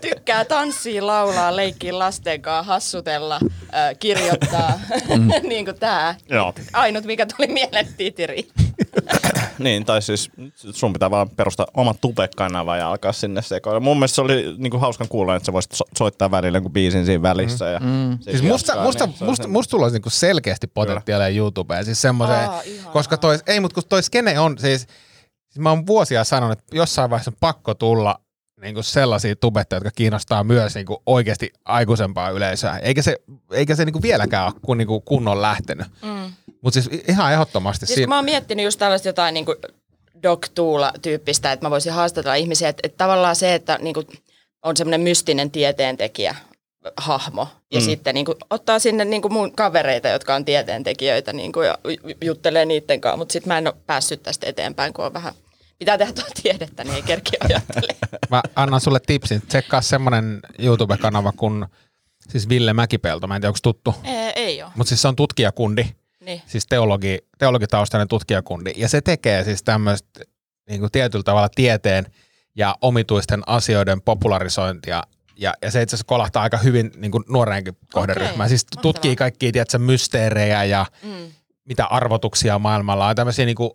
Speaker 6: Tykkää tanssia, laulaa, leikkiä lasten kanssa, hassutella, äh, kirjoittaa. [LAUGHS] niin kuin tää.
Speaker 5: Joo.
Speaker 6: Ainut, mikä tuli [LAUGHS] mieleen, titiri.
Speaker 5: Niin, tai siis sun pitää vaan perustaa oma tupekanava ja alkaa sinne sekoilla. Mun mielestä se oli niinku hauskan kuulla, että sä voisit so- soittaa välillä jonkun biisin siinä välissä. Ja mm.
Speaker 4: Siis musta, musta, musta, musta sulla olisi niinku selkeästi potentiaalia YouTubeen, siis semmoiseen,
Speaker 6: Aa, ihanaa.
Speaker 4: koska toi, ei mut kun toi skene on, siis, siis mä oon vuosia sanonut, että jossain vaiheessa on pakko tulla niinku sellaisia tubettajia, jotka kiinnostaa myös niinku oikeasti aikuisempaa yleisöä, eikä se, eikä se niinku vieläkään ole kun, niinku kunnon lähtenyt. Mm. Mutta siis ihan ehdottomasti
Speaker 6: Siis kun
Speaker 4: siinä,
Speaker 6: mä oon miettinyt just tällaista jotain niin kuin Doc Tuula-tyyppistä, että mä voisin haastatella ihmisiä, että, että tavallaan se, että niin kuin on semmoinen mystinen tieteentekijä hahmo ja mm. sitten niin kuin, ottaa sinne niin kuin mun kavereita, jotka on tieteentekijöitä niin kuin, ja ju- juttelee niiden kanssa, mutta sitten mä en ole päässyt tästä eteenpäin, kun on vähän pitää tehdä tuota tiedettä, niin ei kerkiä ajattelemaan.
Speaker 4: mä annan sulle tipsin, tsekkaa semmoinen YouTube-kanava kuin siis Ville Mäkipelto, mä en tiedä onko tuttu,
Speaker 6: ei, ei ole.
Speaker 4: mutta siis se on tutkijakundi,
Speaker 6: Niin.
Speaker 4: siis teologi, teologitaustainen tutkijakundi, ja se tekee siis tämmöistä niin kuin tietyllä tavalla tieteen ja omituisten asioiden popularisointia, ja, ja se itse asiassa kolahtaa aika hyvin niin kuin nuoreenkin kohderyhmään. Siis
Speaker 6: mahtavaa.
Speaker 4: tutkii kaikkia, tiedätkö, mysteerejä ja
Speaker 6: Mm.
Speaker 4: mitä arvotuksia maailmalla on, tämmöisiä niin kuin,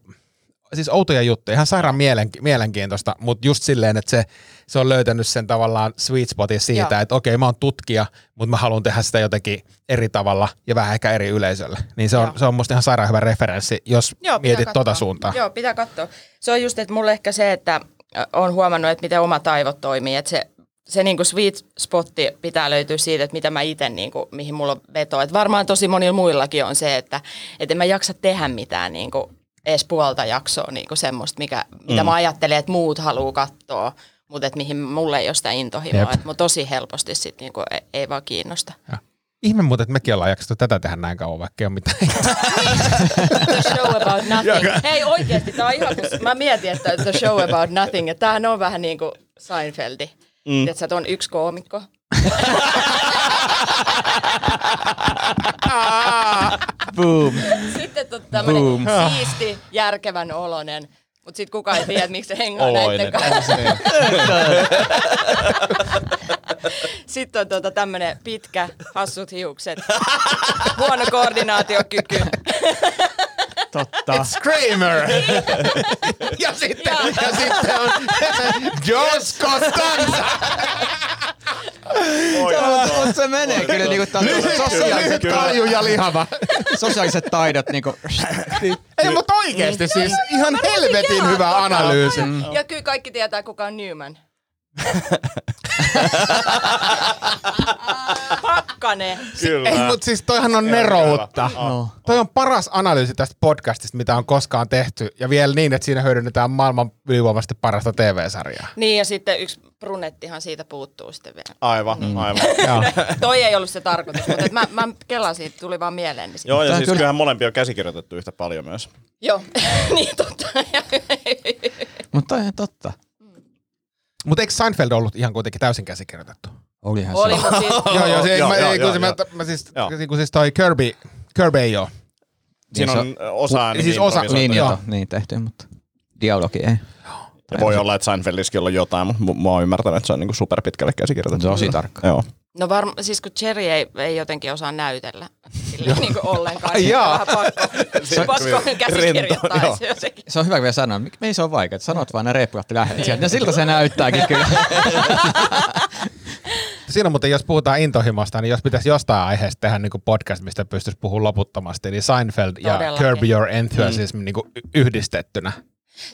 Speaker 4: siis outoja juttuja, ihan sairaan mielenki- mielenkiintoista, mutta just silleen, että se, se on löytänyt sen tavallaan sweet spotin siitä,
Speaker 6: Joo.
Speaker 4: että okei, mä oon tutkija, mutta mä haluan tehdä sitä jotenkin eri tavalla ja vähän ehkä eri yleisölle. Niin se on,
Speaker 6: Joo.
Speaker 4: se on musta ihan sairaan hyvä referenssi, jos Joo,
Speaker 6: pitää
Speaker 4: mietit
Speaker 6: katsoa.
Speaker 4: tota suuntaa.
Speaker 6: Joo, pitää katsoa. Se on just, että mulle ehkä se, että on huomannut, että miten omat aivot toimii, että se, se niinku sweet spotti pitää löytyä siitä, että mitä mä itse, niinku, mihin mulla on veto. Et varmaan tosi monilla muillakin on se, että et en mä jaksa tehdä mitään niinku, edes puolta jaksoa niinku semmoista, mikä,
Speaker 4: Mm.
Speaker 6: mitä mä ajattelen, että muut haluaa katsoa, mutta et mihin mulle ei ole sitä intohimoa.
Speaker 4: Jep.
Speaker 6: Et Mä tosi helposti sit niinku, ei, ei vaan kiinnosta.
Speaker 4: Joo. Ihme muuten, että mekin ollaan jaksettu tätä tehdä näin kauan, vaikka ei ole mitään.
Speaker 6: The show about nothing. Hei oikeesti, tää on ihan kun mä mietin, että the show about nothing. Ja tämähän on vähän niin kuin Seinfeldi. Mm. Tiedätkö, että on yksi koomikko.
Speaker 3: [LAUGHS] Boom.
Speaker 6: Sitten on tämmönen siisti, järkevän olonen. Mutta sitten kukaan ei tiedä, miksi se hengaa näiden
Speaker 5: Oloinen.
Speaker 6: kanssa. [LAUGHS] Sitten on tota tämmönen pitkä, hassut hiukset, huono koordinaatiokyky.
Speaker 5: Totta.
Speaker 6: [LAUGHS]
Speaker 4: Kramer! [LAUGHS] ja, sitten,
Speaker 6: Niin. Joo.
Speaker 4: ja sitten on George Costanza!
Speaker 3: Mutta se menee kyllä niinku tää on
Speaker 4: Niin.
Speaker 3: sosiaaliset,
Speaker 4: Kalju ja lihava.
Speaker 3: sosiaaliset taidot [LAUGHS] niinku.
Speaker 4: Ei, mutta oikeasti
Speaker 6: Niin.
Speaker 4: siis ihan helvetin hyvä analyysi.
Speaker 6: Ja kyllä kaikki tietää, kuka on Newman. Pakkane.
Speaker 4: Ei, mutta siis toihan on neroutta.
Speaker 3: No.
Speaker 4: Toi on paras analyysi tästä podcastista, mitä on koskaan tehty. Ja vielä niin, että siinä hyödynnetään maailman ylivoimaisesti parasta TV-sarjaa.
Speaker 6: Niin ja sitten yksi brunettihan siitä puuttuu sitten vielä.
Speaker 5: Aivan, mm. aivan.
Speaker 4: Joo.
Speaker 6: No, Toi ei ollut se tarkoitus, mutta et mä, mä kelasin, tuli vaan mieleen. Niin Joo.
Speaker 5: Joo, ja
Speaker 3: Tää
Speaker 5: siis
Speaker 3: kyllä-
Speaker 5: kyllähän molempia on käsikirjoitettu yhtä paljon myös.
Speaker 6: Joo, [LAUGHS] niin totta.
Speaker 3: Mutta toi on totta.
Speaker 4: Mutta eikö Seinfeld ollut ihan kuitenkin täysin käsikirjoitettu?
Speaker 3: Olihan [LAUGHS]
Speaker 6: Oli,
Speaker 3: se.
Speaker 6: mutta siis,
Speaker 4: Joo, joo, se,
Speaker 5: Joo,
Speaker 4: mä,
Speaker 5: joo,
Speaker 4: ei,
Speaker 5: joo,
Speaker 4: kun se, mä,
Speaker 5: joo.
Speaker 4: mä siis,
Speaker 5: Joo.
Speaker 4: niin kuin siis toi Kirby, Kirby ei oo.
Speaker 5: Siinä on osa
Speaker 4: Siis osa-
Speaker 3: Niin,
Speaker 4: Joo.
Speaker 3: jota, niin tehty, mutta dialogi ei.
Speaker 5: Ja voi olla, että Seinfeldissäkin on jotain, mutta mu- mä oon ymmärtänyt, että se on niinku superpitkälle käsikirjoitettu.
Speaker 3: Tosi tarkka.
Speaker 5: Joo.
Speaker 6: no varma, siis kun Cherry ei, ei jotenkin osaa näytellä. sillä niin kuin ollenkaan.
Speaker 4: Ai
Speaker 6: Ai
Speaker 4: jaa.
Speaker 6: jaa. Vähän pakko, pakko käsikirjoittaa
Speaker 5: Rento, joo.
Speaker 6: se jotenkin.
Speaker 3: Se on hyvä vielä sanoa, mik- ei se on vaikea, että sanot vaan ne reippuat lähdet [LAUGHS] sieltä. Ja No siltä se näyttääkin [LAUGHS] kyllä.
Speaker 4: Siinä muuten, jos puhutaan intohimosta, niin jos pitäisi jostain aiheesta tehdä niin kuin podcast, mistä pystyisi puhua loputtomasti, niin Seinfeld ja
Speaker 6: Todellakin.
Speaker 4: Curb Your Enthusiasm mm. niin kuin y- yhdistettynä.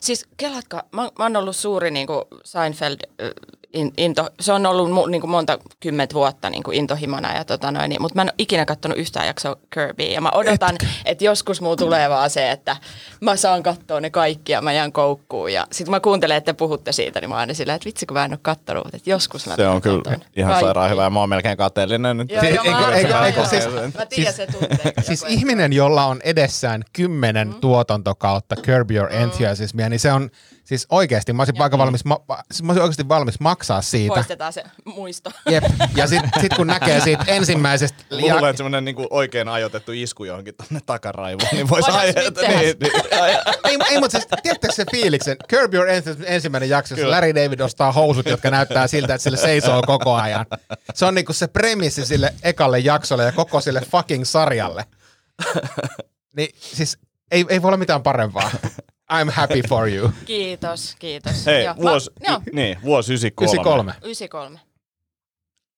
Speaker 6: Siis kelatkaa, mä, mä oon ollut suuri niin kuin Seinfeld ö, in, into, se on ollut mu, niin kuin monta kymmentä vuotta niin kuin intohimona, ja tota noin, niin, mutta mä en ole ikinä katsonut yhtään jaksoa Kirbyä, ja mä odotan, että joskus mulla tulee vaan se, että mä saan katsoa ne kaikki, ja mä jään koukkuun, ja sitten kun mä kuuntelen, että te puhutte siitä, niin mä oon aina silleen, että vitsi kun mä en ole kattonut, mutta että joskus mä
Speaker 5: Se on
Speaker 6: katson
Speaker 5: kyllä
Speaker 6: ton.
Speaker 5: ihan
Speaker 6: Kaikki.
Speaker 5: sairaan hyvä. Mä oon melkein kateellinen nyt.
Speaker 6: Joo, joo, mä,
Speaker 4: Eikö-
Speaker 6: oon-
Speaker 4: eikö-
Speaker 6: joo,
Speaker 4: eikö-
Speaker 6: joo,
Speaker 4: siis-
Speaker 6: joo. mä tiedän sen tunteen.
Speaker 4: Siis
Speaker 6: joku-
Speaker 4: ihminen, jolla on edessään kymmenen mm. tuotantokautta Curb Your Enthusiasmia, niin se on siis oikeasti, mä olisin, aika valmis, ma- ma- siis mä olisin oikeasti valmis maksaa siitä.
Speaker 6: Poistetaan se muisto.
Speaker 4: Jep. Ja sitten sit kun näkee siitä ensimmäisestä...
Speaker 5: Mulla tulee semmonen niinku oikein ajoitettu isku johonkin tonne takaraivoon, niin voisi
Speaker 6: Voidaanko nyt
Speaker 5: aiheuttaa.
Speaker 6: tehdä?
Speaker 5: Niin, niin, ai-
Speaker 4: ei, ei mutta siis, tiedättekö se fiiliksen? Curb Your Enthusiasm ensimmäinen jakso, jossa
Speaker 5: Kyllä.
Speaker 4: Larry David ostaa housut, jotka näyttää siltä, että sille seisoo koko ajan. Se on niinku se premissi sille ekalle jaksolle ja koko sille fucking sarjalle. Niin siis ei, ei voi olla mitään parempaa. I'm happy for you.
Speaker 6: [LAUGHS] Kiitos, kiitos.
Speaker 5: Hei,
Speaker 6: Joo, Ah, no, mä-
Speaker 5: vuosi,
Speaker 6: Joo,
Speaker 5: y- niin, vuosi 93.
Speaker 4: 93.
Speaker 6: 93.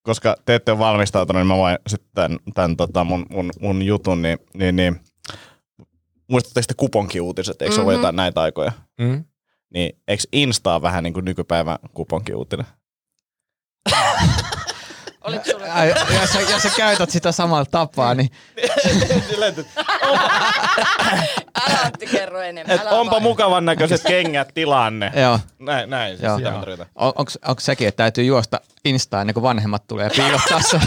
Speaker 5: Koska te ette ole valmistautunut, niin mä voin sitten tämän, tämän tota mun, mun, mun jutun, niin, niin, niin muistatteko te kuponkiuutiset, eikö mm-hmm. ollut jotain näitä aikoja?
Speaker 4: Mm.
Speaker 5: Niin eikö Instaa vähän niin kuin nykypäivän kuponkiuutinen?
Speaker 6: Oliko sulla?
Speaker 3: Ai, jos, sä, jos sä käytät sitä samalla tapaa, niin
Speaker 6: Älä Antti kerro enemmän.
Speaker 5: Et
Speaker 6: Älä
Speaker 5: onpa
Speaker 6: vaan.
Speaker 5: mukavan näköiset kengät tilanne.
Speaker 3: joo.
Speaker 5: Näin, näin. Siis
Speaker 3: Joo.
Speaker 5: sitä mä tarkoitan.
Speaker 3: On, onks, onks sekin, että täytyy juosta Instaan ennen kuin vanhemmat tulee ja piilottaa se?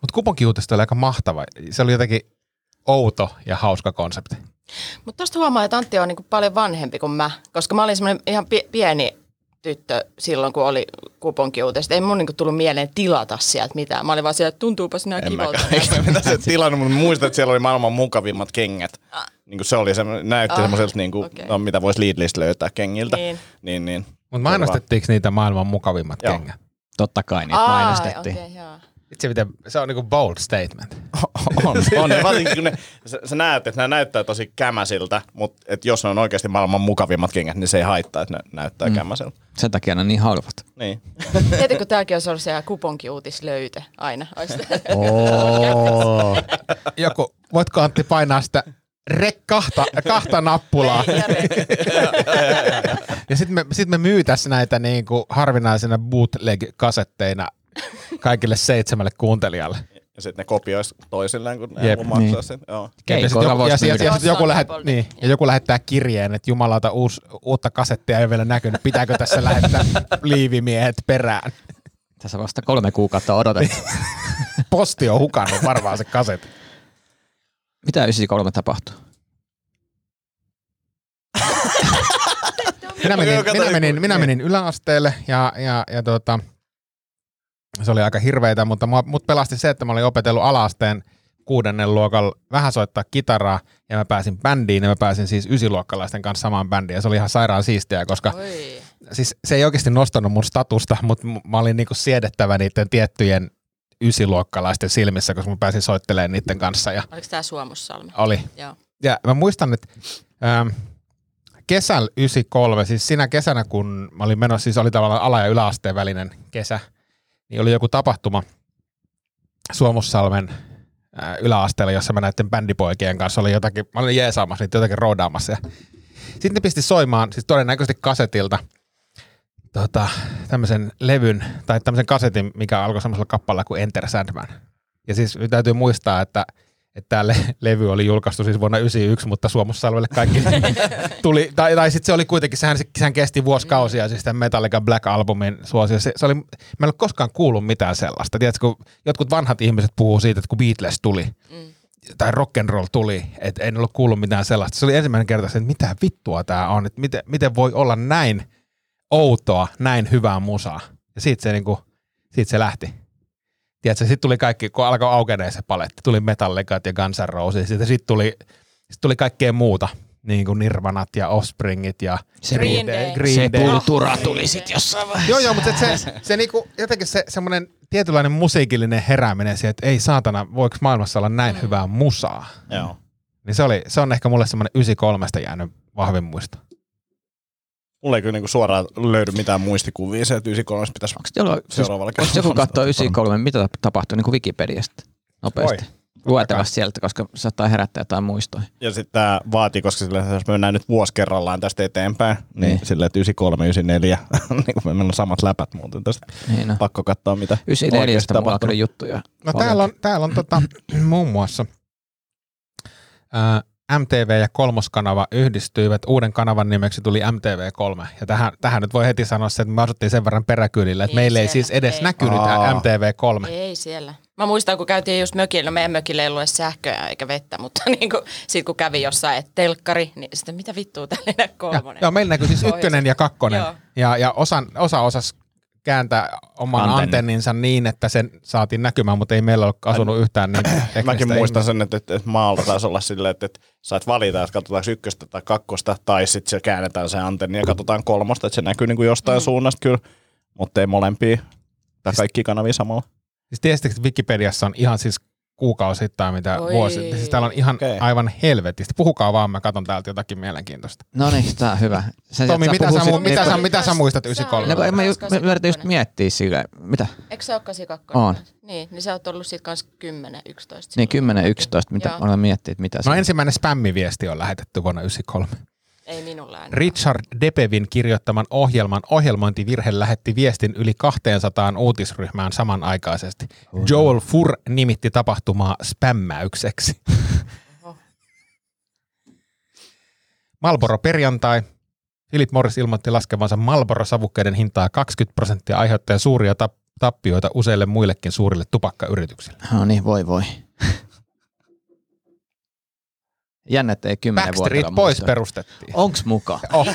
Speaker 4: Mutta kuponkiuutista oli aika mahtava. Se oli jotenkin outo ja hauska konsepti.
Speaker 6: Mutta tuosta huomaa, että Antti on niinku paljon vanhempi kuin mä, koska mä olin semmoinen ihan pi- pieni tyttö silloin, kun oli kuponkiuutesta. Ei mun niinku tullut mieleen tilata sieltä mitään. Mä olin vaan siellä, että tuntuupas nämä
Speaker 5: En mä
Speaker 6: kivalta.
Speaker 5: [LAUGHS] eikö mitä se tilannut, mutta muistan, että siellä oli maailman mukavimmat kengät. Niin kuin se oli, se näytti
Speaker 6: Ah,
Speaker 5: ah, semmoiselta, niin kuin,
Speaker 6: okei.
Speaker 5: no, mitä voisi Lidlistä löytää kengiltä.
Speaker 6: Niin.
Speaker 5: Niin. Niin, niin.
Speaker 4: Mutta mainostettiinko niitä maailman mukavimmat
Speaker 5: Joo.
Speaker 4: kengät?
Speaker 3: [LAUGHS] Totta kai niitä
Speaker 6: Ai,
Speaker 3: mainostettiin.
Speaker 6: okei, joo.
Speaker 4: Itse miten, se on niinku bold statement.
Speaker 5: On, on. Ja varsinkin kun ne, sä, sä näet, että nämä näyttää tosi kämäsiltä, mutta et jos ne on oikeasti maailman mukavimmat kengät, niin se ei haittaa, että ne näyttää mm. kämäsiltä.
Speaker 3: Sen takia ne on niin halvat.
Speaker 5: Niin.
Speaker 6: Tiedätkö, kun tämäkin olisi ollut se kuponkiuutislöytö aina. Ois-
Speaker 4: Oh. Joku, voitko Antti painaa sitä rek kahta, kahta nappulaa?
Speaker 6: [LAUGHS]
Speaker 4: ja sitten me, sit me myytäs näitä niinku harvinaisena bootleg-kasetteina kaikille seitsemälle kuuntelijalle.
Speaker 5: Ja sitten ne kopiois toisilleen, kun ne
Speaker 4: Jep.
Speaker 5: haluaa maksaa
Speaker 3: Niin.
Speaker 5: sen. Joo.
Speaker 4: ja, sit
Speaker 3: Keikoilla
Speaker 4: joku,
Speaker 3: voisi
Speaker 4: ja, sit- ja, sit-
Speaker 3: myydä.
Speaker 4: ja, sit joku
Speaker 6: Jossain
Speaker 4: lähet,
Speaker 6: Apple
Speaker 4: niin, ja joku lähettää kirjeen, että jumalauta uus, uutta kasettia ei vielä näkynyt, pitääkö tässä
Speaker 3: [LAUGHS]
Speaker 4: lähettää liivimiehet perään.
Speaker 3: Tässä vasta kolme kuukautta
Speaker 4: [LAUGHS]
Speaker 3: odotettu.
Speaker 4: Posti on hukannut varmaan se kasetti.
Speaker 3: Mitä 93 tapahtuu?
Speaker 4: Minä menin,
Speaker 5: Joo, kato,
Speaker 4: minä
Speaker 5: joku-
Speaker 4: menin, minä
Speaker 5: niin.
Speaker 4: menin yläasteelle ja, ja, ja tuota, se oli aika hirveitä, mutta mua, mut pelasti se, että mä olin opetellut alaasteen kuudennen luokalla vähän soittaa kitaraa ja mä pääsin bändiin ja mä pääsin siis ysiluokkalaisten kanssa samaan bändiin ja se oli ihan sairaan siistiä, koska
Speaker 6: Oi.
Speaker 4: siis se ei oikeasti nostanut mun statusta, mutta m- mä olin niinku siedettävä niiden tiettyjen ysiluokkalaisten silmissä, koska mä pääsin soittelemaan niiden kanssa ja
Speaker 6: Oliko tämä Suomussalmi?
Speaker 4: oli
Speaker 6: Joo.
Speaker 4: ja mä muistan, että ähm, kesällä 93, siis sinä kesänä, kun mä olin menossa, siis oli tavallaan ala- ja yläasteen välinen kesä, niin oli joku tapahtuma Suomussalmen äh, yläasteella, jossa mä näiden bändipoikien kanssa oli jotakin, mä olin jeesaamassa niitä jotakin roudaamassa. Ja... Sitten ne pisti soimaan, siis todennäköisesti kasetilta, tota, tämmöisen levyn tai tämmöisen kasetin, mikä alkoi semmoisella kappaleella kuin Enter Sandman. Ja siis täytyy muistaa, että että tämä le- levy oli julkaistu siis vuonna 1991, mutta Suomussalvelle kaikki tuli, tai, tai sitten se oli kuitenkin, sehän, sehän kesti vuosikausia, siis tämän Metallica Black Albumin suosio. Se, se oli, mä en ole koskaan kuullut mitään sellaista. Tiedätkö, kun jotkut vanhat ihmiset puhuu siitä, että kun Beatles tuli, tai rock and roll tuli, että en ollut kuullut mitään sellaista. Se oli ensimmäinen kerta se, että mitä vittua tämä on, että miten, miten voi olla näin outoa, näin hyvää musaa. Ja siitä se, niinku, siitä se lähti. Tiedätkö, sitten tuli kaikki, kun alkoi aukeneen se paletti, tuli Metallicat ja Guns N' Roses, ja sitten tuli, sit tuli kaikkea muuta, niin kuin Nirvanat ja Offspringit ja
Speaker 3: Se
Speaker 6: Green Day.
Speaker 4: Green Day.
Speaker 3: Sepultura tuli sit jossain vaiheessa.
Speaker 4: Joo, joo, mutta se, [LAUGHS] se, se niinku, jotenkin se semmoinen tietynlainen musiikillinen herääminen siihen, että ei saatana, voiko maailmassa olla näin hyvää musaa.
Speaker 5: Joo.
Speaker 4: Niin se, oli, se on ehkä mulle semmoinen 93 jäänyt vahvin muisto.
Speaker 5: Mulla ei kyllä niinku suoraan löydy mitään muistikuvia, se, että 93 pitäisi
Speaker 3: Onko jolla, siis,
Speaker 5: seuraavalla
Speaker 3: jos joku katsoo 93, mitä tap- tapahtui niin kuin Wikipediasta nopeasti? Luetavasti sieltä, koska saattaa herättää jotain muistoja.
Speaker 5: Ja sitten tämä vaatii, koska sille, jos me mennään nyt vuosi kerrallaan tästä eteenpäin, niin,
Speaker 3: Niin.
Speaker 5: niin. silleen, että 93, 94, [LAUGHS] niin kun meillä on samat läpät muuten tästä.
Speaker 3: Niin no.
Speaker 5: Pakko katsoa, mitä
Speaker 3: 94
Speaker 5: oikeasti
Speaker 3: mulla
Speaker 5: tapahtunut.
Speaker 3: tuli juttuja.
Speaker 4: No
Speaker 3: paljon.
Speaker 4: täällä on, täällä on
Speaker 5: [CLEARS THROAT]
Speaker 4: tota, muun muassa ää, MTV ja kolmoskanava yhdistyivät. Uuden kanavan nimeksi tuli MTV3. Ja tähän, tähän nyt voi heti sanoa se, että me asuttiin sen verran peräkylillä, että
Speaker 6: Ei
Speaker 4: meillä ei
Speaker 6: siellä,
Speaker 4: siis edes
Speaker 6: ei.
Speaker 4: näkynyt
Speaker 5: Aa.
Speaker 4: MTV3.
Speaker 6: Niin, Ei siellä. Mä muistan, kun käytiin just mökillä, no meidän mökillä ei ollut edes sähköä eikä vettä, mutta [LAUGHS] niin kuin, sit kun kävi jossain, että telkkari, niin sitten mitä vittua tällainen kolmonen.
Speaker 4: Joo, meillä näkyy siis
Speaker 6: Pohjoisen.
Speaker 4: ykkönen ja kakkonen.
Speaker 6: Joo.
Speaker 4: Ja, ja osan, osa osas kääntää oman
Speaker 5: Antennin.
Speaker 4: Antenni. antenninsa niin, että sen saatiin näkymään, mutta ei meillä ole asunut yhtään
Speaker 5: [CLEARS THROAT]
Speaker 4: niin teknistä
Speaker 5: Mäkin muistan
Speaker 4: ihmistä.
Speaker 5: sen, että, että maalta taisi olla silleen, että, että saat valita, että katsotaanko ykköstä tai kakkosta, tai sitten se käännetään se antenni ja katsotaan kolmosta, että se näkyy niin kuin jostain mm. suunnasta kyllä, mutta ei molempia. Tai kaikki kanavia samalla.
Speaker 4: Siis tiesittekö, että Wikipediassa on ihan siis kuukausittain, mitä
Speaker 6: Oi.
Speaker 4: vuosi. Siis täällä on ihan okay.
Speaker 5: Okei.
Speaker 4: aivan helvetistä. Puhukaa vaan, mä katson täältä jotakin mielenkiintoista.
Speaker 3: No niin, tää on hyvä. Sen
Speaker 4: Tomi,
Speaker 3: sijaan, että
Speaker 4: mitä sä,
Speaker 3: puhuisit
Speaker 4: mu- mitä,
Speaker 3: niinku-
Speaker 4: sä, mitä sä muistat 93?
Speaker 3: No kun en mä, ju-
Speaker 6: Raskas
Speaker 3: mä yritin just
Speaker 6: kakkonen.
Speaker 3: miettiä sillä, mitä?
Speaker 6: Eikö sä ole 82?
Speaker 3: Oon.
Speaker 6: Niin, niin sä oot ollut sit kans 10, 11.
Speaker 3: Niin
Speaker 6: silloin.
Speaker 3: 10, 11, mitä
Speaker 6: Joo.
Speaker 3: olen miettinyt, että mitä se
Speaker 4: No
Speaker 3: on.
Speaker 4: ensimmäinen spämmiviesti on lähetetty vuonna 1993.
Speaker 6: Ei minulla enää.
Speaker 4: Richard Depevin kirjoittaman ohjelman ohjelmointivirhe lähetti viestin yli 200 uutisryhmään samanaikaisesti. Joel Fur nimitti tapahtumaa spämmäykseksi. Malboro perjantai. Philip Morris ilmoitti laskevansa Malboro-savukkeiden hintaa 20 prosenttia aiheuttaen suuria tap- tappioita useille muillekin suurille tupakkayrityksille.
Speaker 3: No niin, voi [LAUGHS] voi. Jännä, että ei 10 vuotta.
Speaker 4: Backstreet Boys perustettiin.
Speaker 3: Onks muka?
Speaker 4: Oh.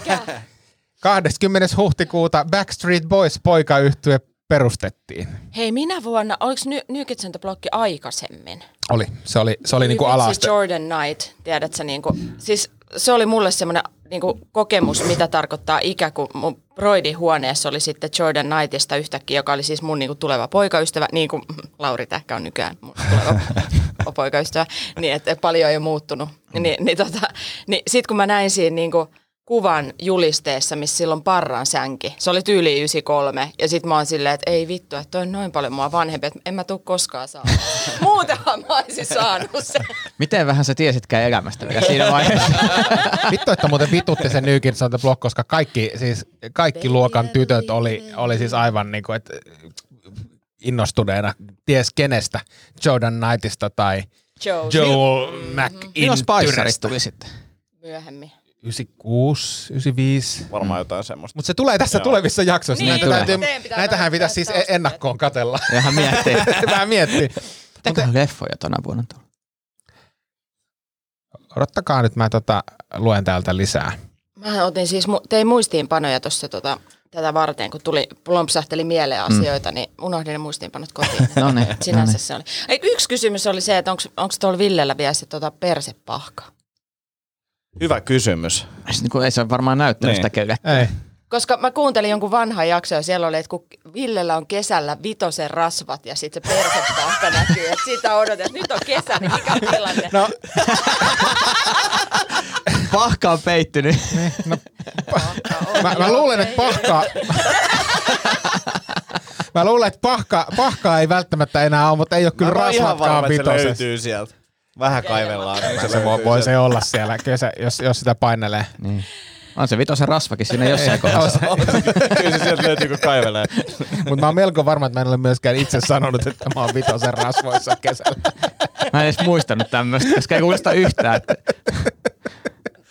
Speaker 4: 20. huhtikuuta Backstreet Boys poikayhtye perustettiin.
Speaker 6: Hei, minä vuonna, oliko Ny- New Kids on the Block alaisemmin?
Speaker 4: Oli. Se oli, se oli niinku
Speaker 6: Hyvin
Speaker 4: alaste.
Speaker 6: se Jordan Knight, tiedät sä, niinku, siis se oli mulle semmoinen niinku, kokemus, mitä tarkoittaa ikä, kun mun broidin huoneessa oli sitten Jordan Knightista yhtäkkiä, joka oli siis mun niinku, tuleva poikaystävä, niin kuin Lauri Tähkä on nykyään mun tuleva [LAUGHS] po- poikaystävä, niin että paljon ei ole muuttunut. Ni, niin, tota, niin sitten kun mä näin siinä niinku, kuvan julisteessa, missä silloin parran sänki. Se oli tyyli 93. Ja sit mä oon silleen, että ei vittu, että toi on noin paljon mua vanhempi, että en mä tuu koskaan saa. Muutenhan mä oisin saanut sen.
Speaker 3: Miten vähän sä tiesitkään elämästä vielä siinä vaiheessa?
Speaker 4: Vittu, että muuten vitutti se New Kids on the Block, koska kaikki, siis, kaikki luokan tytöt oli, oli siis aivan niin kuin, että innostuneena ties kenestä, Jordan Knightista tai
Speaker 6: Joe.
Speaker 4: Joel
Speaker 3: Milloin Spicerit
Speaker 4: McIntyrestä.
Speaker 3: tuli sitten?
Speaker 6: Myöhemmin.
Speaker 4: 96, 95.
Speaker 5: Varmaan jotain semmoista.
Speaker 4: Mutta Mm. se tulee tässä tulevissa jaksoissa.
Speaker 6: Niin,
Speaker 4: Näitä
Speaker 3: tulee.
Speaker 6: Teidän pitää
Speaker 4: näitähän
Speaker 6: vähän
Speaker 4: pitäisi siis
Speaker 6: taustalla.
Speaker 4: ennakkoon katella. [LAUGHS]
Speaker 3: Vähän miettii.
Speaker 4: Vähän miettiä.
Speaker 3: Mitäköhän leffoja tänä vuonna tuli?
Speaker 4: Odottakaa nyt, mä tota, luen täältä lisää.
Speaker 6: Mä otin siis, mu- tein muistiinpanoja tuossa tota, tätä varten, kun tuli, lompsahteli mieleen asioita, mm. niin unohdin ne muistiinpanot kotiin.
Speaker 3: No niin,
Speaker 6: Sinänsä
Speaker 3: no
Speaker 6: se oli. Ei, yksi kysymys oli se, että onko tuolla Villellä vielä se tota, persepahka?
Speaker 5: Hyvä kysymys.
Speaker 3: Siis niinku ei se ole varmaan näyttänyt
Speaker 5: Niin.
Speaker 3: sitä kellekään.
Speaker 4: Ei.
Speaker 6: Koska mä kuuntelin jonkun vanhan jakson ja siellä oli, että kun Villellä on kesällä vitosen rasvat ja sitten se persepahka näkyy, että sitä odotetaan, että nyt on kesä, niin mikä on tilanne?
Speaker 4: No,
Speaker 3: Pahka on peittynyt.
Speaker 4: mä, mä luulen, että pahkaa... Mä luulen, että pahka, pahkaa ei välttämättä enää ole, mutta ei ole kyllä
Speaker 5: Mä oon ihan
Speaker 4: rasvatkaan
Speaker 5: varma, että se
Speaker 4: pitosessa.
Speaker 5: löytyy sieltä. Vähän kaivellaan. niin
Speaker 4: Se voi,
Speaker 5: löytyy
Speaker 4: voi
Speaker 5: sieltä.
Speaker 4: se olla siellä, kyllä se, jos, jos sitä painelee.
Speaker 3: Niin. On se vitosen rasvakin siinä jossain kohdassa.
Speaker 4: [LAUGHS]
Speaker 5: Kyllä se sieltä löytyy, kun kaivelee.
Speaker 4: Mutta mä oon melko varma, että mä en ole myöskään itse sanonut, että mä oon vitosen rasvoissa kesällä.
Speaker 3: Mä en edes muistanut tämmöistä, koska ei kuulosta yhtään. Että...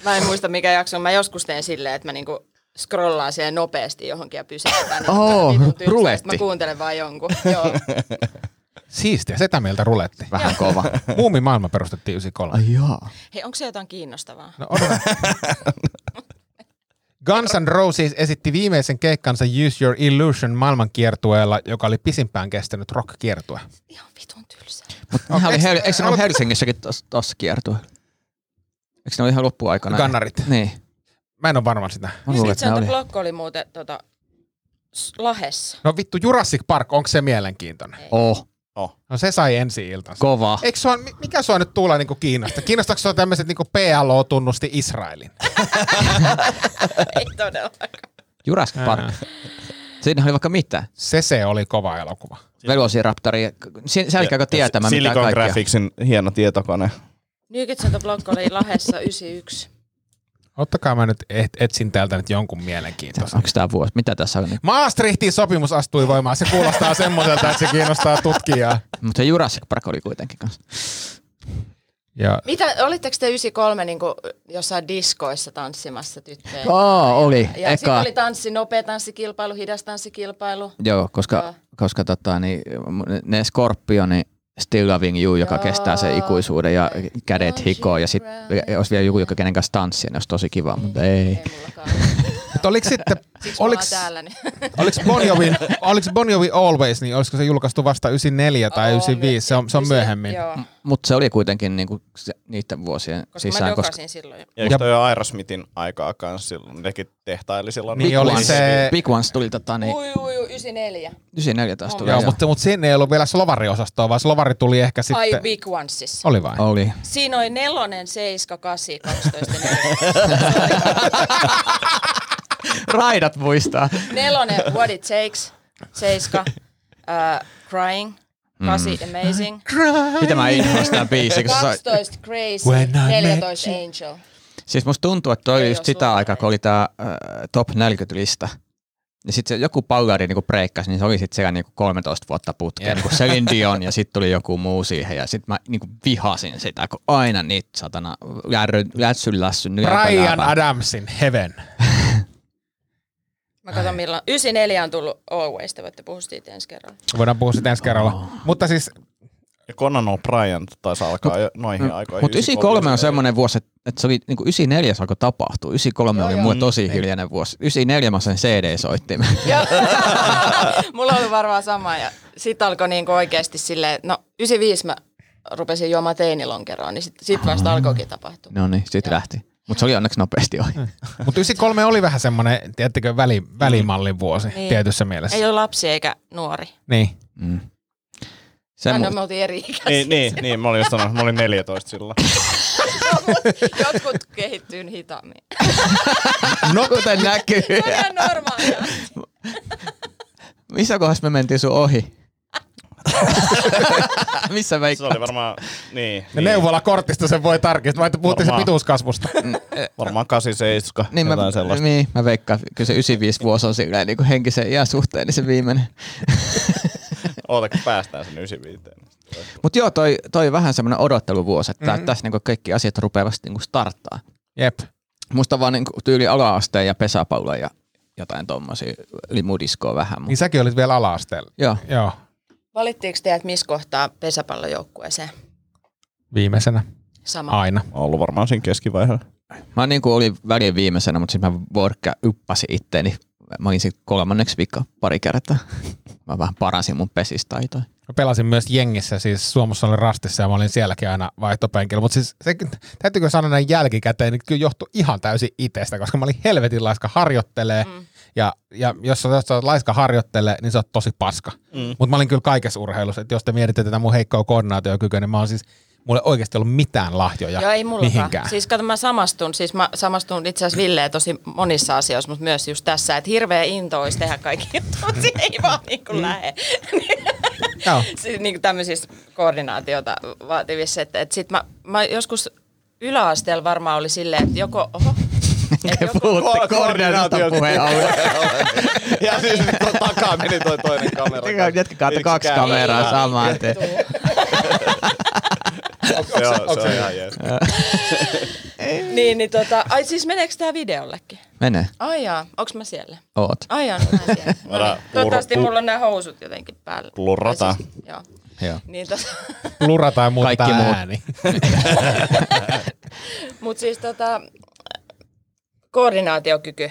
Speaker 6: Mä en muista mikä jakso, on. mä joskus teen silleen, että mä niinku scrollaan siihen nopeasti johonkin ja pysäytän.
Speaker 3: [LAUGHS]
Speaker 6: Niin
Speaker 3: Oh,
Speaker 6: tää vitun tylsää,
Speaker 3: ruletti.
Speaker 6: sit Mä kuuntelen vaan
Speaker 3: [LAUGHS]
Speaker 6: jonkun. Joo.
Speaker 4: Siistiä, sitä mieltä ruletti.
Speaker 3: Vähän kova.
Speaker 4: Muumi maailma perustettiin 93.
Speaker 3: Ai jaa.
Speaker 6: Hei, onko se jotain kiinnostavaa?
Speaker 4: No, odota. Guns N' Roses esitti viimeisen keikkansa Use Your Illusion maailmankiertueella, joka oli pisimpään kestänyt rockkiertue.
Speaker 6: Ihan vitun tylsää.
Speaker 3: Nehän oli,
Speaker 4: eikö-
Speaker 3: Hel- eikö se
Speaker 4: halu-
Speaker 3: ollut Helsingissäkin tuossa kiertue? Eikö ne ole ihan loppuaikana?
Speaker 4: Kannarit.
Speaker 3: Niin.
Speaker 4: Mä en ole varma sitä.
Speaker 3: Mä luulen,
Speaker 6: Sitten
Speaker 3: että ne
Speaker 6: Santa
Speaker 3: oli.
Speaker 6: Block oli muuten tota, s-
Speaker 3: [LAUGHS]
Speaker 6: Lahessa.
Speaker 4: No vittu, Jurassic Park, onko se mielenkiintoinen?
Speaker 3: Oh,
Speaker 4: No se sai ensi iltansa.
Speaker 3: kova.
Speaker 4: Eikö sua, mi- mikä sua nyt tuulee niinku Kiinasta? Kiinnostaako sua tämmöiset niinku PLO-tunnusti Israelin?
Speaker 6: Ei todellakaan.
Speaker 3: Jurassic Park. Siinähän oli vaikka mitä.
Speaker 4: Se se oli kova elokuva.
Speaker 3: Velociraptori. Si- Sälkääkö tietämään mitä
Speaker 5: Silicon
Speaker 3: kaikkea?
Speaker 5: Graphicsin hieno tietokone.
Speaker 6: Nykit Santa Block oli Lahessa 91.
Speaker 4: Ottakaa mä nyt et, etsin täältä nyt jonkun mielenkiintoisen.
Speaker 3: Onko tämä vuosi? Mitä tässä on?
Speaker 4: Maastrichtin sopimus astui voimaan. Se kuulostaa semmoiselta, että se kiinnostaa tutkijaa.
Speaker 3: Mutta Jurassic Park oli kuitenkin kanssa.
Speaker 4: Ja
Speaker 6: Mitä, olitteko te 93 niin kuin, jossain diskoissa tanssimassa tyttöjä?
Speaker 3: Oh, oli.
Speaker 6: Ja sitten
Speaker 3: Eka.
Speaker 6: oli tanssi, nopea tanssikilpailu, hidas tanssikilpailu.
Speaker 3: Joo, koska,
Speaker 6: Joo.
Speaker 3: koska tota, niin, ne Scorpioni Still Loving You, joka
Speaker 6: Joo.
Speaker 3: kestää sen ikuisuuden ja
Speaker 6: Don't
Speaker 3: kädet hikoo ja sitten
Speaker 6: you cry.
Speaker 3: olisi vielä joku, joka kenen kanssa tanssia, niin olisi tosi kiva, mutta ei.
Speaker 6: Ei
Speaker 3: [LAUGHS]
Speaker 6: mullakaan.
Speaker 4: Mut oliks sitten,
Speaker 6: Siksi oliko...
Speaker 4: oliks,
Speaker 6: täällä nyt.
Speaker 4: oliks, bon Jovi, oliks bon Jovi Always, niin olisiko se julkaistu vasta 94 tai
Speaker 6: Oo,
Speaker 4: 95, se on, se on
Speaker 6: kyllä
Speaker 4: myöhemmin.
Speaker 6: Joo,
Speaker 3: Mm.
Speaker 6: koska
Speaker 3: Mutta se oli kuitenkin niinku se, niiden vuosien
Speaker 4: Siis
Speaker 6: Sisään, mä
Speaker 3: sisään,
Speaker 6: dokasin
Speaker 3: koska
Speaker 6: koska... silloin.
Speaker 5: Ja, ja toi Aerosmithin aikaa kanssa silloin, nekin tehtaili silloin.
Speaker 4: Niin
Speaker 3: Big,
Speaker 4: oli
Speaker 3: Ones,
Speaker 4: se-
Speaker 3: Big Ones tuli tota, niin,
Speaker 6: Ui, ui, ui, 94.
Speaker 3: 94 taas tuli.
Speaker 4: Joo, mutta, mutta siinä ei ollut vielä slovariosastoa, vaan slovari tuli ehkä sitten...
Speaker 6: Ai Big Onesissa.
Speaker 4: Oli vai?
Speaker 3: Oli.
Speaker 6: Siinä oli nelonen, seiska, kasi, 12, neljä.
Speaker 4: [LAUGHS]
Speaker 3: [LAUGHS] Raidat muistaa.
Speaker 6: Nelonen, what it takes, seiska, uh, crying, kasi,
Speaker 4: Mm. [LAUGHS]
Speaker 6: amazing,
Speaker 3: Mitä mä inhoan sitä biisiä, kun se sai-
Speaker 6: 12, crazy,
Speaker 4: When I met
Speaker 6: 14, angel.
Speaker 3: Siis musta tuntuu, että toi
Speaker 6: Ei
Speaker 3: oli
Speaker 6: oo
Speaker 3: just sitä
Speaker 6: sulla
Speaker 3: aikaa, kun oli tää äh, top 40-lista. Ja sitten joku pallari niinku breikkasi, niin se oli sitten siellä niinku 13 vuotta putkeen. Niinku Celine Dion ja sitten tuli joku muu siihen. Ja sitten mä niinku vihasin sitä, kun aina niitä satana järry, lätsyn lässyn.
Speaker 4: Brian Adamsin Heaven.
Speaker 6: Mä katson milloin. 94 on tullut Always, te voitte puhua siitä ensi kerralla.
Speaker 4: Voidaan puhua sitä ensi kerralla. Mutta siis
Speaker 5: Ja Conan O'Brien taisi alkaa jo noihin aikoihin.
Speaker 3: Mutta 93 on semmoinen vuosi, että, että se oli niinku 94 se alkoi tapahtua. 93 oli mulle tosi hiljainen vuosi. 94 mä sen CD-soittimen.
Speaker 5: [LAUGHS]
Speaker 6: Joo. [LAUGHS] Mulla oli varmaan sama ja sit alkoi niinku oikeesti silleen, että no 95 mä rupesin juomaan teinilonkeroa, niin sit, sit vasta alkoikin tapahtua.
Speaker 3: no niin, sitten lähti. Mutta se oli onneksi nopeasti
Speaker 5: Mm.
Speaker 3: ohi.
Speaker 4: Mutta 93 oli vähän semmoinen, tiedättekö, väli, välimallin vuosi niin.
Speaker 6: Niin.
Speaker 4: tietyssä mielessä.
Speaker 6: Ei ole lapsi eikä nuori.
Speaker 4: Niin.
Speaker 3: Mm. Sen
Speaker 6: Aina
Speaker 3: mu-
Speaker 6: me oltiin eri ikäisiä. [LAUGHS]
Speaker 5: Niin, niin, niin, mä olin just sanonut, mä olin 14 silloin.
Speaker 6: Jotkut kehittyy hitaammin.
Speaker 3: [LAUGHS] no kuten
Speaker 5: [LAUGHS]
Speaker 3: näkyy.
Speaker 6: Se on ihan normaalia.
Speaker 3: Missä kohdassa me mentiin sun ohi?
Speaker 5: [LAUGHS]
Speaker 3: Missä
Speaker 5: Se
Speaker 3: veikkaat?
Speaker 5: oli varmaan, niin,
Speaker 4: Ja
Speaker 5: niin
Speaker 4: neuvolakortista sen voi tarkistaa. Mä ajattelin, puhuttiin sen
Speaker 5: Varmaan.
Speaker 4: pituuskasvusta.
Speaker 5: varmaan 87,
Speaker 3: Niin mä,
Speaker 5: jotain sellaista.
Speaker 3: niin, mä veikkaan, kyllä se 95 vuosi on silleen niin kuin henkisen iän suhteen, niin se viimeinen.
Speaker 5: Oota, kun päästään sen 95.
Speaker 3: Mutta joo, toi, toi vähän semmoinen odotteluvuosi, että mm-hmm. tässä niin kaikki asiat rupeaa vasta niin starttaa.
Speaker 4: Jep.
Speaker 3: Musta vaan niin tyyli ala-asteen ja pesäpallo ja jotain tommosia, eli mudiskoa vähän. Mut,
Speaker 4: Niin säkin olit vielä ala-asteella.
Speaker 3: joo,
Speaker 4: Joo.
Speaker 6: Valittiinko te, että missä kohtaa pesäpallojoukkueeseen?
Speaker 4: Viimeisenä.
Speaker 6: Sama.
Speaker 4: Aina.
Speaker 5: Mä oon ollut varmaan siinä keskivaiheella.
Speaker 3: mä niin kuin olin väliin viimeisenä, mutta sitten mä vorkka yppäsin itteeni. Mä olin sitten kolmanneksi vika pari kertaa. [LAUGHS] Mä vähän paransin mun pesistaitoja.
Speaker 4: Mä pelasin myös jengissä, siis Suomessa oli rastissa ja mä olin sielläkin aina vaihtopenkillä. Mutta siis se, täytyykö sanoa näin jälkikäteen, niin kyllä johtui ihan täysin itsestä, koska mä olin helvetin laiska harjoittelee. Mm. Ja, ja jos, sä, jos sä oot laiska harjoittelee, niin sä oot tosi paska. Mm. Mutta mä olin kyllä kaikessa urheilussa, että jos te mietitte tätä mun heikkoa koordinaatiokykyä, niin mä oon siis, mulla ei oikeasti ollut mitään lahjoja
Speaker 6: Joo, ei mullakaan.
Speaker 4: mihinkään.
Speaker 6: Siis kato, mä samastun, siis mä samastun itse asiassa Villeen tosi monissa asioissa, mutta myös just tässä, että hirveä into olisi tehdä kaikki jutut, se ei vaan niin kuin lähe.
Speaker 4: Mm.
Speaker 6: [LAUGHS]
Speaker 4: Joo.
Speaker 6: siis niin kuin tämmöisissä koordinaatiota vaativissa, että, että sit mä, mä joskus yläasteella varmaan oli silleen, että joko, oho, että joko,
Speaker 3: Puhutte
Speaker 5: koordinaatiosta.
Speaker 3: puheen alle.
Speaker 5: [LAUGHS] Ja siis tuon takaa meni toi [LAUGHS] toinen kamera.
Speaker 3: Jätkä katsoi kaksi
Speaker 5: Yksikään.
Speaker 3: kameraa samaan. tien.
Speaker 5: Joo, se on ihan jees.
Speaker 6: niin, niin tota, ai siis meneekö tää videollekin?
Speaker 3: Mene,
Speaker 6: Ai jaa, onks mä siellä?
Speaker 3: oot.
Speaker 6: Ai jaa, no mä en tiedä. No
Speaker 5: Älä
Speaker 6: niin, toivottavasti
Speaker 5: pur-
Speaker 6: mulla on nämä housut jotenkin päällä.
Speaker 5: Plurrata.
Speaker 6: Tai Siis, joo.
Speaker 3: Joo.
Speaker 6: Niin tota, [LAUGHS]
Speaker 4: Plura tai muuta
Speaker 3: Kaikki
Speaker 4: Kaikki
Speaker 3: muut.
Speaker 4: ääni.
Speaker 6: mut siis tota, koordinaatiokyky.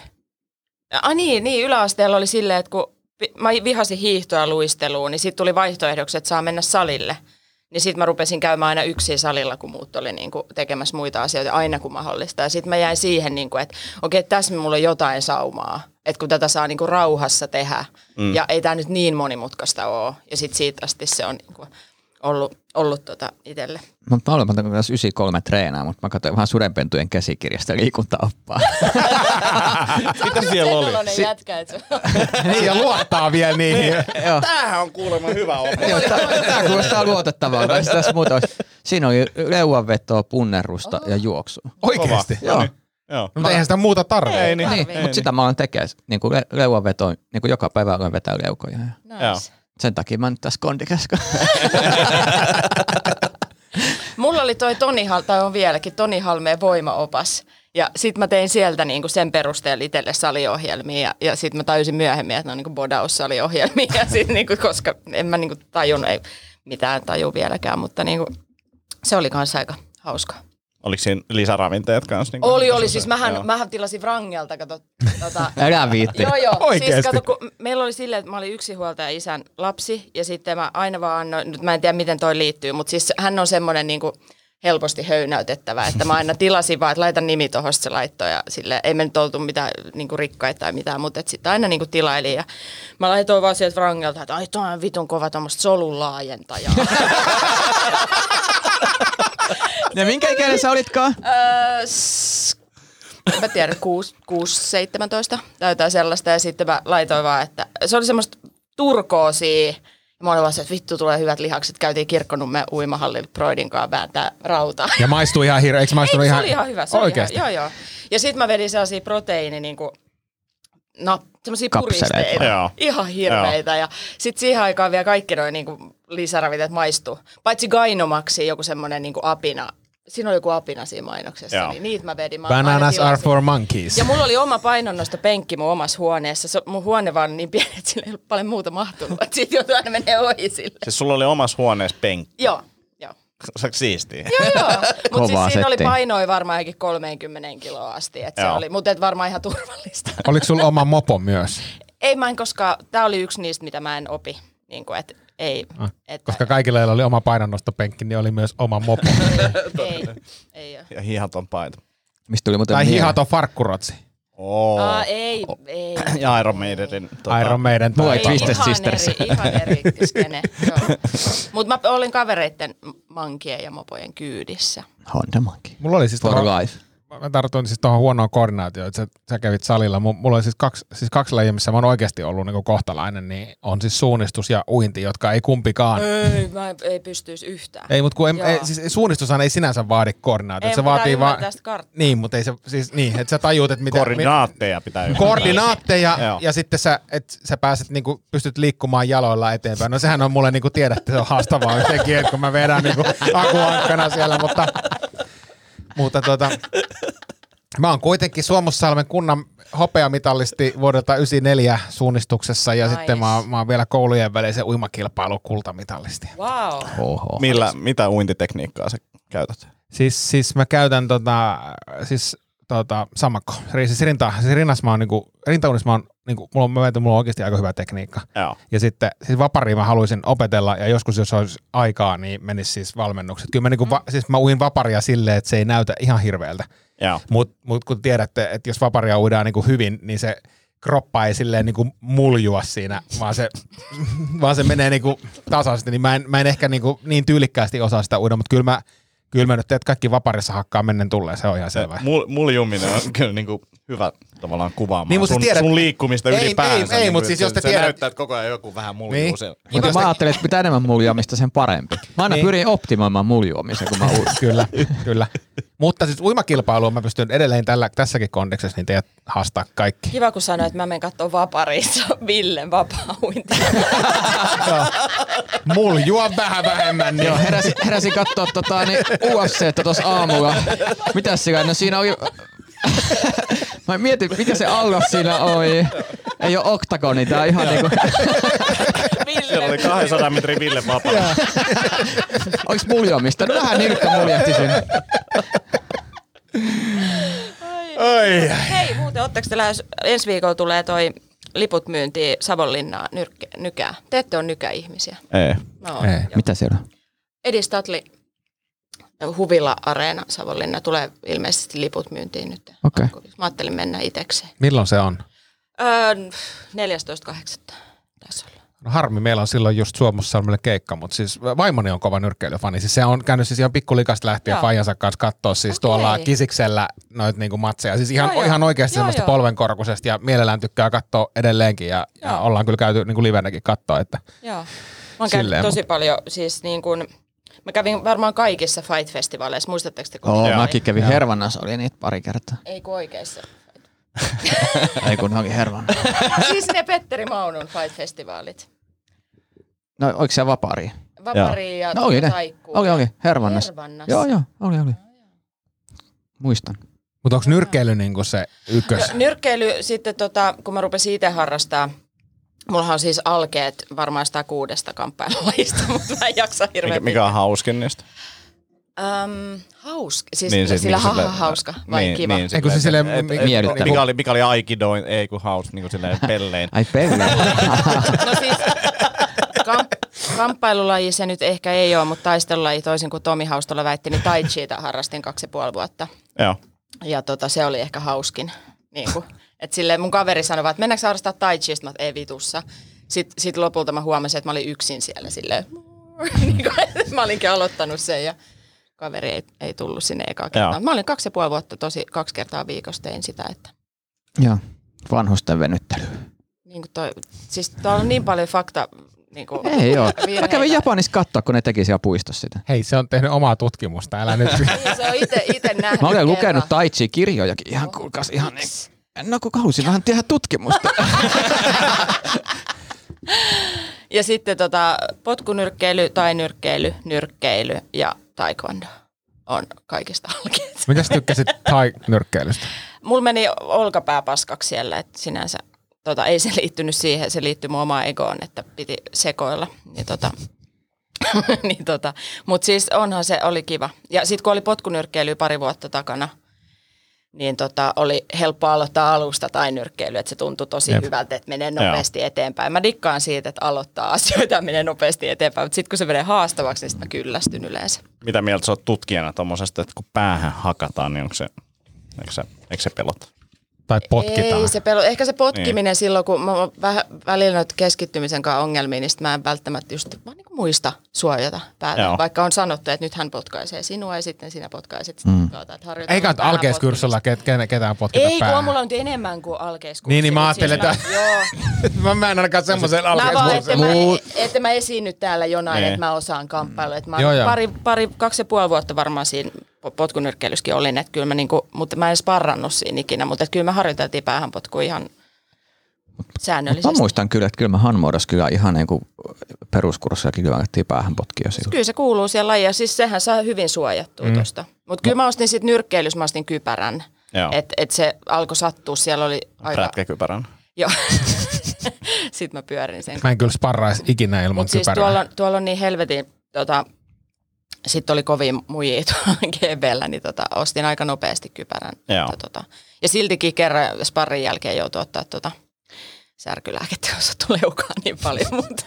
Speaker 6: Ah niin, niin yläasteella oli silleen, että kun vi- mä vihasin hiihtoa luisteluun, niin sitten tuli vaihtoehdoksi, että saa mennä salille. Niin sitten mä rupesin käymään aina yksin salilla, kun muut oli niin kuin tekemässä muita asioita aina kun mahdollista. Ja sitten mä jäin siihen, niin kuin, että okei, okay, tässä mulla on jotain saumaa, että kun tätä saa niin kuin rauhassa tehdä. Mm. Ja ei tämä nyt niin monimutkaista ole. Ja sitten siitä asti se on niin kuin ollut, ollut tota itselle.
Speaker 3: Mä paljon monta kun tässä 93 treenaa, mutta mä katsoin vähän sudenpentujen käsikirjasta
Speaker 5: [LAUGHS]
Speaker 3: liikuntaoppaa. [LAUGHS]
Speaker 5: Mitä siellä oli?
Speaker 6: Sen jätkä, että
Speaker 5: [LAUGHS]
Speaker 4: Niin, ja luottaa vielä niihin.
Speaker 5: Niin.
Speaker 3: Joo.
Speaker 5: Tämähän on kuulemma hyvä oppi.
Speaker 3: Joo, tää- Tää kuulostaa luotettavalta. Ei tässä muuta olisi. Siinä oli leuanvetoa, punnerusta ja juoksua.
Speaker 4: Oikeasti.
Speaker 3: Joo.
Speaker 5: Joo.
Speaker 4: Mutta eihän sitä muuta tarvitse.
Speaker 5: Ei niin.
Speaker 3: Niin, mutta sitä mä olen tekemään. Niin kuin le- leuanvetoa, niin kuin joka päivä olen vetää leukoja. Ja
Speaker 6: No.
Speaker 5: Joo.
Speaker 6: nice.
Speaker 3: sen takia mä nyt tässä kondikäskä.
Speaker 6: Mulla oli toi Toni, Hal- tai on vieläkin, Toni Halmeen voimaopas. Ja sit mä tein sieltä niinku sen perusteella itselle saliohjelmia ja, ja sit mä tajusin myöhemmin, että ne on niinku bodaussaliohjelmia. Ja sit niinku, koska en mä niinku tajunnut, ei mitään taju vieläkään, mutta niinku, se oli kanssa aika hauska.
Speaker 5: Oliko siinä lisäravinteet kanssa? Niin
Speaker 6: Oli, oli. Siis mähän, mähän tilasin Wrangelta, kato. Tota,
Speaker 3: [LAUGHS] Älä viitti.
Speaker 6: Joo, joo.
Speaker 4: Oikeesti?
Speaker 6: Siis kato, kun meillä oli silleen, että mä olin yksinhuoltaja isän lapsi ja sitten mä aina vaan annoin, nyt mä en tiedä miten toi liittyy, mutta siis hän on semmoinen niin kuin helposti höynäytettävä, että mä aina tilasin vaan, että laitan nimi tuohon se laittoi ja sille ei me nyt oltu mitään niin kuin rikkaita tai mitään, mutta sitten aina niin kuin tilailin ja mä laitoin vaan sieltä Wrangelta, että ai toi on vitun kova tuommoista solun laajentajaa.
Speaker 3: Ja minkä ikäinen sä olitkaan?
Speaker 6: Öö, s- en mä tiedä, 6-17 tai jotain sellaista. Ja sitten mä laitoin vaan, että se oli semmoista turkoosia. Ja mä olin vaan se, että vittu tulee hyvät lihakset. Käytiin kirkkonummen uimahallilla Broidin kanssa vääntää rautaa.
Speaker 4: Ja maistuu ihan hirveä. Eikö
Speaker 6: Ei,
Speaker 4: maistunut
Speaker 6: se
Speaker 4: ihan...
Speaker 6: oli ihan hyvä. Se
Speaker 4: Oikeasti.
Speaker 6: Oli ihan, joo, joo. Ja sitten mä vedin sellaisia proteiini, niin kuin, no, semmoisia
Speaker 3: Kapseleita.
Speaker 6: puristeita.
Speaker 5: Joo.
Speaker 6: Ihan hirveitä. Ja sitten siihen aikaan vielä kaikki noin niin lisäravinteet maistuu. Paitsi Gainomaksi joku semmoinen niin apina. Siinä on joku apina siinä mainoksessa,
Speaker 5: Joo.
Speaker 6: niin niitä mä vedin. Mä aina
Speaker 4: Bananas
Speaker 6: tilasin.
Speaker 4: are for monkeys.
Speaker 6: Ja mulla oli oma painonnosto penkki mun omassa huoneessa. Se, mun huone vaan oli niin pieni, että sillä ei ollut paljon muuta mahtunut. Että siitä joutuu aina menee ohi sille.
Speaker 5: Siis sulla oli omassa huoneessa penkki.
Speaker 6: Joo, joo.
Speaker 5: Saatko siistiä?
Speaker 6: Joo, joo. Mutta siis
Speaker 3: Kovaa
Speaker 6: siinä oli
Speaker 3: settiä.
Speaker 6: painoi varmaan jokin 30 kiloa asti, et se
Speaker 5: Joo.
Speaker 6: oli, mutta et varmaan ihan turvallista.
Speaker 4: Oliko sulla oma mopo myös?
Speaker 6: ei mä en koskaan, tämä oli yksi niistä, mitä mä en opi, niin kuin, et, ei,
Speaker 4: Ah,
Speaker 6: et, [LAUGHS]
Speaker 4: Koska kaikilla, joilla oli oma painonnostopenkki, niin oli myös oma mopo.
Speaker 6: ei, ei, ole.
Speaker 5: Ja hihaton paita.
Speaker 3: Mistä tuli muuten
Speaker 4: tai
Speaker 3: mieleen?
Speaker 4: hihaton farkkurotsi.
Speaker 5: Oo.
Speaker 6: Aa, ei, ei,
Speaker 5: Ja Iron Maidenin.
Speaker 4: Tota, Iron Maiden.
Speaker 3: Mua
Speaker 4: tai-
Speaker 3: ei Twisted
Speaker 6: ihan
Speaker 3: Sisters.
Speaker 6: Eri, ihan eri skene, Mutta mä olin kavereitten mankien ja mopojen kyydissä.
Speaker 3: Honda Monkey.
Speaker 4: Mulla oli siis
Speaker 3: For
Speaker 4: tuohon,
Speaker 3: life.
Speaker 4: mä tartuin siis tuohon huonoon koordinaatioon, että sä, sä kävit salilla. Mu- Mulla oli siis kaksi, siis kaksi lajia, missä mä oon oikeasti ollut niin kohtalainen, niin on siis suunnistus ja uinti, jotka ei kumpikaan.
Speaker 6: Ei, mä en- ei pystyisi yhtään.
Speaker 4: Ei, mutta kun ei,
Speaker 6: Joo.
Speaker 4: ei, siis suunnistushan ei sinänsä vaadi koordinaatiota.
Speaker 6: Ei,
Speaker 4: se
Speaker 6: mutta
Speaker 4: vaatii
Speaker 6: tää
Speaker 4: vaan...
Speaker 6: ymmärtää sitä karttaa.
Speaker 4: Niin, mutta ei se, siis niin, että sä tajuut, että mitä...
Speaker 5: Koordinaatteja pitää
Speaker 4: mi-
Speaker 5: ymmärtää.
Speaker 4: koordinaatteja
Speaker 5: Joo.
Speaker 4: ja sitten sä, et sä pääset, niinku, pystyt liikkumaan jaloilla eteenpäin. No sehän on mulle, niinku tiedätte, se on haastavaa sekin, että kun mä vedän niinku akuankkana siellä, mutta, mutta tuota, mä oon kuitenkin Suomussalmen kunnan hopeamitalisti vuodelta 94 suunnistuksessa ja
Speaker 6: Nice.
Speaker 4: sitten mä, oon- mä oon vielä koulujen välisen uimakilpailun kultamitalisti.
Speaker 6: Wow.
Speaker 3: Oho.
Speaker 5: Millä, mitä uintitekniikkaa sä käytät?
Speaker 4: Siis, siis mä käytän tota, siis tota, samakko. Ri- Siis, rinta, siis rinnassa mä oon niinku, rintauunissa mä oon niinku, mulla on, mä väitän, mulla on oikeasti aika hyvä tekniikka.
Speaker 5: Joo.
Speaker 4: Ja sitten siis vapariin mä haluaisin opetella ja joskus jos olisi aikaa, niin menisi siis valmennukset. Kyllä mä, niinku, va, siis mä uin vaparia silleen, että se ei näytä ihan hirveältä.
Speaker 5: Joo.
Speaker 4: Mutta mut kun tiedätte, että jos vaparia uidaan niinku hyvin, niin se kroppa ei silleen niinku muljua siinä, vaan se, [LAUGHS] vaan se menee niinku tasaisesti. Niin mä en, mä en ehkä niinku niin tyylikkäästi osaa sitä uida, mutta kyllä mä, kyllä mä nyt teet kaikki vaparissa hakkaa mennen tulleen, se on ihan
Speaker 5: Se
Speaker 4: selvä.
Speaker 5: mul, muljuminen on kyllä niinku hyvä tavallaan kuvaamaan
Speaker 4: Niin,
Speaker 5: niin,
Speaker 4: mut sä
Speaker 5: sun,
Speaker 4: tiedät-
Speaker 5: sun liikkumista
Speaker 4: Ei, ei,
Speaker 5: ylipäänsä.
Speaker 4: ei,
Speaker 5: Niinku,
Speaker 4: mut siis
Speaker 5: se,
Speaker 4: jos te
Speaker 5: se
Speaker 4: tiedät-
Speaker 5: näyttää, että koko ajan joku vähän muljuu
Speaker 4: Niin.
Speaker 5: niin. siellä.
Speaker 3: Mutta mä ajattelin, että mitä enemmän muljaamista, sen parempi. Mä aina
Speaker 4: Niin.
Speaker 3: pyrin optimoimaan muljoamisen, kun mä
Speaker 4: [LAUGHS]
Speaker 3: uudun.
Speaker 4: kyllä, kyllä. Mutta siis uimakilpailuun mä pystyn edelleen tällä, tässäkin kondeksessa niin teidät haastaa kaikki.
Speaker 6: Kiva, kun sanoit, että mä menen katsomaan vaparissa [LAUGHS] Villen vapaa uinti.
Speaker 4: Muljua vähän vähemmän. Niin.
Speaker 3: Joo, heräsin, heräsin katsoa tota, niin UFC tuossa aamulla. Mitäs sillä? No siinä oli... [LAUGHS] Mä mietin, mikä se allas siinä oli. Ei ole oktagoni, tää on ihan niinku...
Speaker 5: Siellä oli 200 metrin Ville vapaa.
Speaker 3: Oliks muljomista? No vähän nilkka muljahti sinne.
Speaker 5: Ai,
Speaker 6: Hei, muuten ootteko te lähes, ensi viikolla tulee toi liput myyntiin Savonlinnaan nyrkke, nykää. Te ette ole nykäihmisiä.
Speaker 5: Ei.
Speaker 6: No,
Speaker 4: Ei.
Speaker 3: Mitä siellä on?
Speaker 6: Edi Statli huvila-areena Savonlinna. Tulee ilmeisesti liput myyntiin nyt.
Speaker 3: Okei.
Speaker 6: Mä ajattelin mennä itekseen.
Speaker 4: Milloin se on?
Speaker 6: Öö, 14.8. taisi olla.
Speaker 4: No harmi, meillä on silloin just Suomussalmelle keikka, mutta siis vaimoni on kova nyrkkeilyfani. Siis se on käynyt siis ihan pikkulikasta lähtien
Speaker 6: Joo.
Speaker 4: faijansa kanssa katsoa siis okay. tuolla
Speaker 6: Okei.
Speaker 4: kisiksellä noita niinku matseja. Siis ihan,
Speaker 6: Joo, joo.
Speaker 4: ihan oikeasti
Speaker 6: Joo,
Speaker 4: semmoista
Speaker 6: joo.
Speaker 4: polvenkorkusesta ja mielellään tykkää katsoa edelleenkin ja, ja
Speaker 6: Joo.
Speaker 4: ollaan kyllä käyty niinku livenäkin katsoa, että
Speaker 6: Joo. Mä oon käynyt
Speaker 4: Silleen,
Speaker 6: tosi paljon, siis niin kuin, mä kävin varmaan kaikissa Fight-festivaaleissa, muistatteko te? kun
Speaker 3: Oo,
Speaker 6: oli?
Speaker 3: mäkin kävin Hervannassa, oli niitä pari kertaa.
Speaker 6: Ei kun oikeissa.
Speaker 3: Ei kun ne oli Hervannassa.
Speaker 6: siis ne Petteri Maunun Fight-festivaalit.
Speaker 3: No oliko se vapaari?
Speaker 6: Vapari ja
Speaker 3: No oli ne.
Speaker 6: Taikku.
Speaker 3: Oli, oli. Hervannassa.
Speaker 6: Hervannassa.
Speaker 3: Joo, joo. Oli, oli. Muistan.
Speaker 4: mutta onko nyrkkeily niinku se ykkös?
Speaker 6: Nyrkkeily sitten, tota, kun mä rupesin itse harrastaa, mullahan on siis alkeet varmaan sitä kuudesta [LAUGHS] kamppailulajista, mutta mä en jaksa
Speaker 5: Mikä,
Speaker 6: hirveän
Speaker 5: mikä on hauskin niistä?
Speaker 6: Öm, hauska, siis, niin, siis sillä
Speaker 5: niinku
Speaker 6: haha hauska vai niin, kiva. Niin.
Speaker 4: Ei, kun se silleen
Speaker 5: et- et-
Speaker 3: miellyttävä.
Speaker 5: Mikä oli, mikä oli aikidoin, ei kun haus, niin kuin silleen pelleen.
Speaker 3: Ai pelle.
Speaker 6: No siis kam, kamppailulaji se nyt ehkä ei ole, mutta taistelulaji toisin kuin Tomi Haustola väitti, niin tai chiita harrastin kaksi ja puoli vuotta.
Speaker 5: Joo.
Speaker 6: Ja tota, se oli ehkä hauskin. Niin
Speaker 3: [LAUGHS]
Speaker 6: kuin. Et silleen mun kaveri sanoi vaan, että mennäänkö harrastaa tai chi, Sitten mä, että ei vitussa. Sitten sit lopulta mä huomasin, että mä olin yksin siellä silleen. [LAUGHS] niin kuin, mä olinkin aloittanut sen ja kaveri ei, ei tullut sinne ekaa kertaa.
Speaker 5: Joo.
Speaker 6: Mä olin kaksi ja puoli vuotta tosi kaksi kertaa viikossa tein sitä, että
Speaker 3: Joo. Vanhusten venyttely.
Speaker 6: niin kuin toi, siis tuolla on niin paljon fakta niin kuin,
Speaker 3: Ei oo. Mä
Speaker 6: virheitä.
Speaker 3: kävin Japanissa katsoa, kun ne teki siellä puistossa sitä.
Speaker 4: Hei, se on tehnyt omaa tutkimusta, älä
Speaker 6: [LAUGHS]
Speaker 4: nyt.
Speaker 6: Niin, se on ite, ite nähnyt
Speaker 3: Mä olen
Speaker 6: kerran.
Speaker 3: lukenut tai chi kirjojakin ihan kuulkaas ihan niin. No kun halusin vähän tehdä
Speaker 4: [LAUGHS]
Speaker 3: tutkimusta.
Speaker 6: Ja sitten tota, potkunyrkkeily, tai nyrkkeily, nyrkkeily ja taekwondo on kaikista alkeet.
Speaker 4: Mitä sä tykkäsit tai nyrkkeilystä?
Speaker 3: No,
Speaker 6: Mulla meni olkapää paskaksi siellä, että sinänsä tota, ei se liittynyt siihen, se liittyi mun omaan egoon, että piti sekoilla. Niin, tota, [LAUGHS] niin, tota. Mutta siis onhan se, oli kiva. Ja sitten kun oli potkunyrkkeily pari vuotta takana, niin tota, oli helppo aloittaa alusta tai nyrkkeily, että se tuntui tosi
Speaker 4: Jep.
Speaker 6: Jep. hyvältä, että menee nopeasti Joo. eteenpäin. Mä dikkaan siitä, että aloittaa [LAUGHS] asioita ja menee nopeasti eteenpäin, mutta sitten kun se menee haastavaksi, niin sit mä kyllästyn yleensä.
Speaker 5: Mitä mieltä sä oot tutkijana tommosesta, että kun päähän hakataan, niin onko se, eikö se, eikö se pelota?
Speaker 4: Tai potkitaan?
Speaker 6: Ei se pelu, ehkä se potkiminen niin. silloin, kun mä oon vähän välillä noita keskittymisen kanssa ongelmia, niin sit mä en välttämättä just mä en niin muista suojata päätä.
Speaker 5: Joo.
Speaker 6: Joo. Vaikka on sanottu, että nyt hän potkaisee sinua ja sitten sinä potkaiset mm. kautta, harjoitella
Speaker 4: Eikä nyt
Speaker 6: päähän
Speaker 4: alkeiskurssilla
Speaker 6: potkimista.
Speaker 4: ket, ken- ketään potkita
Speaker 6: Ei, kun
Speaker 4: päähän.
Speaker 6: on mulla nyt enemmän kuin alkeiskurssi.
Speaker 4: Niin, niin mä
Speaker 6: Siis
Speaker 4: ajattelin,
Speaker 6: mä- Joo.
Speaker 4: [LAUGHS] mä, mä en ainakaan semmoisen
Speaker 6: Mä vaan, että mä,
Speaker 4: alkeiskurssilla.
Speaker 6: että mä esiinny täällä jonain,
Speaker 5: Niin.
Speaker 6: että mä osaan kamppailla. Että mä
Speaker 4: Joo,
Speaker 6: joo,
Speaker 4: joo.
Speaker 6: Pari, pari, kaksi ja puoli vuotta varmaan siinä po- potkunyrkkeilyssäkin olin, että kyllä mä niinku, mutta mä en edes parrannut siinä ikinä, mutta että kyllä me harjoiteltiin päähänpotkua ihan
Speaker 3: Mä
Speaker 6: säännöllisesti.
Speaker 3: muistan kyllä, että kyllä mä hanmuodossa kyllä ihan niin kuin peruskurssakin kyllä annettiin päähän potkia silloin.
Speaker 6: Siis Kyllä se kuuluu siellä lajiin, ja siis sehän saa hyvin suojattua mm. tuosta. Mutta kyllä mä ostin sitten nyrkkeilyssä, mä ostin kypärän.
Speaker 5: Joo.
Speaker 6: Että et se alkoi sattua, siellä oli aika...
Speaker 5: Prätkäkypärän.
Speaker 6: Joo. [LAUGHS] sitten mä
Speaker 4: [LAUGHS]
Speaker 6: pyörin sen
Speaker 4: Mä en kyllä sparraisi ikinä ilman
Speaker 6: Mut siis
Speaker 4: kypärää.
Speaker 6: tuolla, on- tuolla on niin helvetin, tota, sitten oli kovin mujia tuolla [LAUGHS] GBllä, niin tota, ostin aika nopeasti kypärän.
Speaker 5: Joo.
Speaker 6: Että Tota, ja siltikin kerran sparrin jälkeen joutui ottaa tota, särkylääkettä, jos tulee leukaan niin paljon, mutta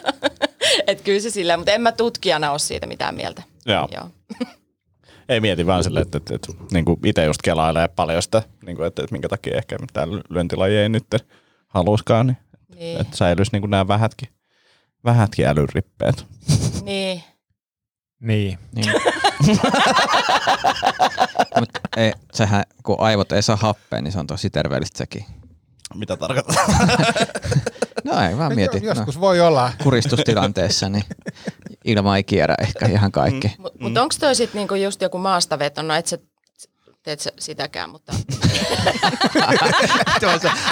Speaker 6: [LAUGHS] et kyllä se sillä, mutta en mä tutkijana ole siitä mitään mieltä.
Speaker 5: Joo.
Speaker 6: Joo.
Speaker 5: Ei mieti vaan silleen, että, että, että niin kuin itse just kelailee paljon sitä, niin kuin, että, että minkä takia ehkä mitään ly- lyöntilajeja ei nyt haluskaan, niin,
Speaker 6: Niin,
Speaker 5: että säilyisi niin kuin nämä vähätkin, vähätkin älyrippeet.
Speaker 6: niin.
Speaker 4: Niin.
Speaker 3: Niin. [LAUGHS] Mut ei, sehän, kun aivot ei saa happea, niin se on tosi terveellistä sekin.
Speaker 5: Mitä tarkoittaa?
Speaker 3: No ei, vaan mieti.
Speaker 4: Jo-
Speaker 3: No,
Speaker 4: Joskus voi olla.
Speaker 3: kuristustilanteessa, niin ilma ei kierrä ehkä ihan kaikki. Mm.
Speaker 6: Mutta mut onko toi sitten niinku just joku maastaveto, no et sä teet sä sitäkään, mutta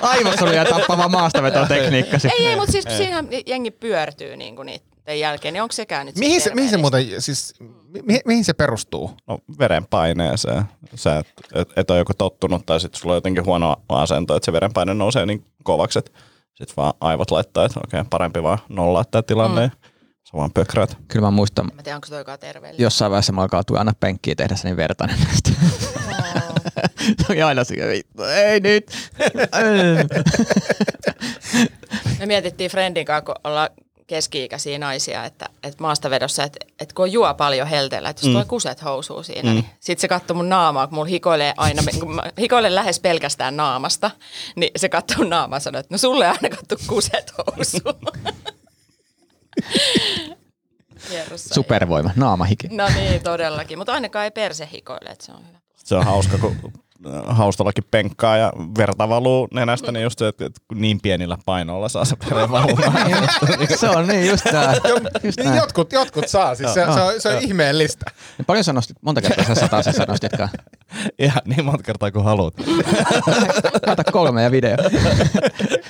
Speaker 3: Aivosoluja tappava maastavetotekniikka.
Speaker 6: Ei, ei, mutta siis kun siinä jengi pyörtyy niin kuin niiden jälkeen, niin onko sekään nyt
Speaker 4: Mihin se,
Speaker 6: sitten
Speaker 4: mihin se
Speaker 6: terveellistä?
Speaker 4: muuten, siis, mi, mihin se perustuu?
Speaker 5: No verenpaineeseen. Sä et, et, et ole joko tottunut tai sitten sulla on jotenkin huono asento, että se verenpaine nousee niin kovaksi, että sitten vaan aivot laittaa, että okei, parempi vaan nollaa tämä tilanne. Mm. Sä vaan pökräät.
Speaker 3: Kyllä mä muistan,
Speaker 6: Mä tiedän, onko toi joka terveellinen.
Speaker 3: jossain vaiheessa mä alkaa tuoda aina penkkiä tehdä sen niin vertainen näistä. [LAUGHS] Se oli aina se, vittu, ei nyt.
Speaker 6: Me mietittiin Friendin kanssa, kun ollaan keski-ikäisiä naisia, että, että maastavedossa, että, että kun juo paljon helteellä, että jos tulee kuset housuu siinä, mm. niin sitten se katsoo mun naamaa, kun mulla hikoilee aina, kun mä hikoilen lähes pelkästään naamasta, niin se katsoo naamaa ja sanoo, että no sulle ei aina kattu kuset housuu. Hierossa ei.
Speaker 3: [LAUGHS] Supervoima, naamahiki.
Speaker 6: No niin, todellakin, mutta ainakaan ei perse hikoile, että se on hyvä.
Speaker 5: Se on hauska, kun äh, haustallakin penkkaa ja verta valuu nenästä, niin just se, että että kun niin pienillä painoilla saa se veren [LAUGHS] valumaan.
Speaker 3: [LAUGHS] se on niin, just
Speaker 4: [LAUGHS]
Speaker 3: tää. Just
Speaker 4: Niin
Speaker 3: näin.
Speaker 4: jotkut, jotkut saa, siis se, se, on, se on ihmeellistä.
Speaker 3: Paljon sä nostit, monta kertaa sä satasessa nostitkaan?
Speaker 5: Ihan niin monta kertaa kuin haluat.
Speaker 3: Ota kolme ja video.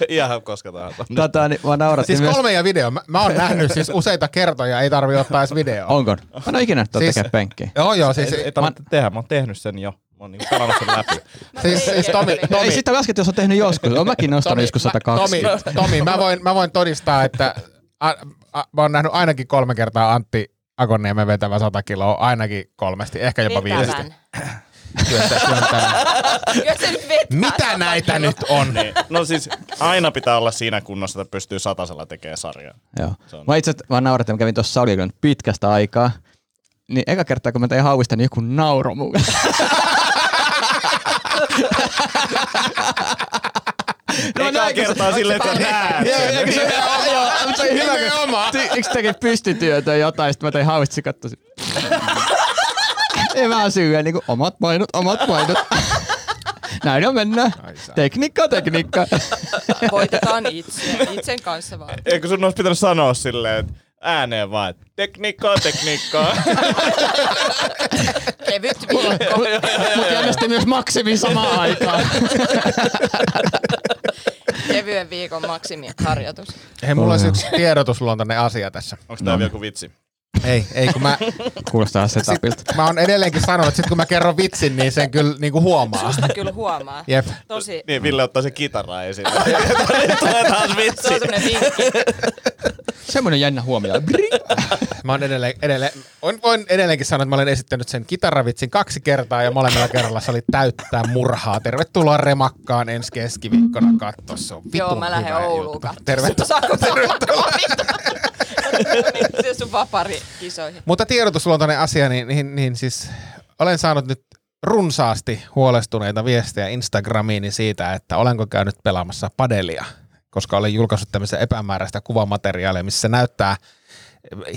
Speaker 5: Ihan koska tahansa.
Speaker 3: [LAUGHS] Tota, niin, mä naurattiin
Speaker 4: Siis
Speaker 3: myös.
Speaker 4: kolme ja video. Mä,
Speaker 3: [LAUGHS]
Speaker 4: mä oon nähnyt siis useita kertoja, ei tarvi ottaa edes videoa.
Speaker 3: Onko? Mä en ole ikinä nähnyt siis...
Speaker 4: Siis-
Speaker 3: tekemään penkkiä.
Speaker 4: Joo, joo, siis,
Speaker 5: Ei, ei tarvitse tehdä, mä oon tehnyt sen jo. Mä oon niinku pelannut sen läpi.
Speaker 4: siis, siis Tomi,
Speaker 3: Tomi. Ei
Speaker 4: Tomi,
Speaker 3: sitä laskettu, jos on tehnyt joskus. Oon mäkin nostanut joskus
Speaker 4: Tomi,
Speaker 3: 120.
Speaker 4: Tomi mä, voin, mä voin todistaa, että a, a, mä oon nähnyt ainakin kolme kertaa Antti Akoniemen vetävä 100 kiloa, ainakin kolmesti, ehkä jopa viidestä.
Speaker 6: Vetävän.
Speaker 4: Työntää- työntää.
Speaker 6: Kyllä se nyt vetää
Speaker 4: Mitä
Speaker 6: sata
Speaker 4: näitä
Speaker 6: kiloa.
Speaker 4: nyt on?
Speaker 5: Niin. No siis aina pitää olla siinä kunnossa, että pystyy satasella tekemään sarjaa.
Speaker 3: Joo.
Speaker 5: Se on-
Speaker 3: Mä itse asiassa- mä naurattiin, mä kävin tuossa salilla nyt pitkästä aikaa. Niin eka kertaa, kun mä tein hauista, niin joku
Speaker 5: [LAUGHS]
Speaker 3: nauro mulle.
Speaker 5: No Eka
Speaker 3: näin, kun
Speaker 5: kertaa silleen, että sä näet
Speaker 3: Joo,
Speaker 5: sen.
Speaker 3: eikö se joo, mutta se oli hyvä, kun ty- yksi teki pystytyötä jotain, sitten mä tein hauista, se kattoi sit- Ei mä syyä, niinku omat painot, omat painot. [LAUGHS] Näin on mennään.
Speaker 5: [LAUGHS]
Speaker 3: Tekniikka, tekniikka.
Speaker 6: Voitetaan itse, itsen kanssa vaan.
Speaker 5: Eikö sun olisi pitänyt sanoa silleen, että ääneen vaan, että tekniikkaa, tekniikkaa.
Speaker 6: Kevyt viikko.
Speaker 3: Mut jännästi myös maksimi samaan aikaan.
Speaker 6: Kevyen viikon maksimiharjoitus.
Speaker 4: Hei, mulla olisi yksi tiedotusluontoinen asia tässä.
Speaker 5: Onko tää vielä joku vitsi?
Speaker 4: Ei, ei kun mä,
Speaker 3: Kuulostaa setupilta.
Speaker 4: mä oon edelleenkin sanonut, että sit kun mä kerron vitsin, niin sen kyllä niinku huomaa.
Speaker 6: Susta kyllä huomaa.
Speaker 4: Jep.
Speaker 6: Tosi.
Speaker 5: Niin, Ville ottaa se kitaraa esille. Nyt tulee taas
Speaker 6: Se on
Speaker 5: vitsi.
Speaker 6: semmoinen vinkki.
Speaker 3: Semmoinen jännä huomio. [LAUGHS]
Speaker 4: Mä oon edelleen, edelleen, on, voin edelleenkin sanoa, että mä olen esittänyt sen kitaravitsin kaksi kertaa ja molemmilla kerralla se oli täyttää murhaa. Tervetuloa Remakkaan ensi keskiviikkona katsoa. Se on vitun
Speaker 6: Joo, mä lähden
Speaker 4: hyvä
Speaker 6: Ouluun
Speaker 4: juttu.
Speaker 6: katsomaan.
Speaker 4: Tervetuloa.
Speaker 6: Saako tervetuloa? Se sun vapari kisoihin.
Speaker 4: Mutta tiedotusluontoinen asia, niin, niin, niin siis olen saanut nyt runsaasti huolestuneita viestejä Instagramiini siitä, että olenko käynyt pelaamassa padelia, koska olen julkaissut tämmöistä epämääräistä kuvamateriaalia, missä se näyttää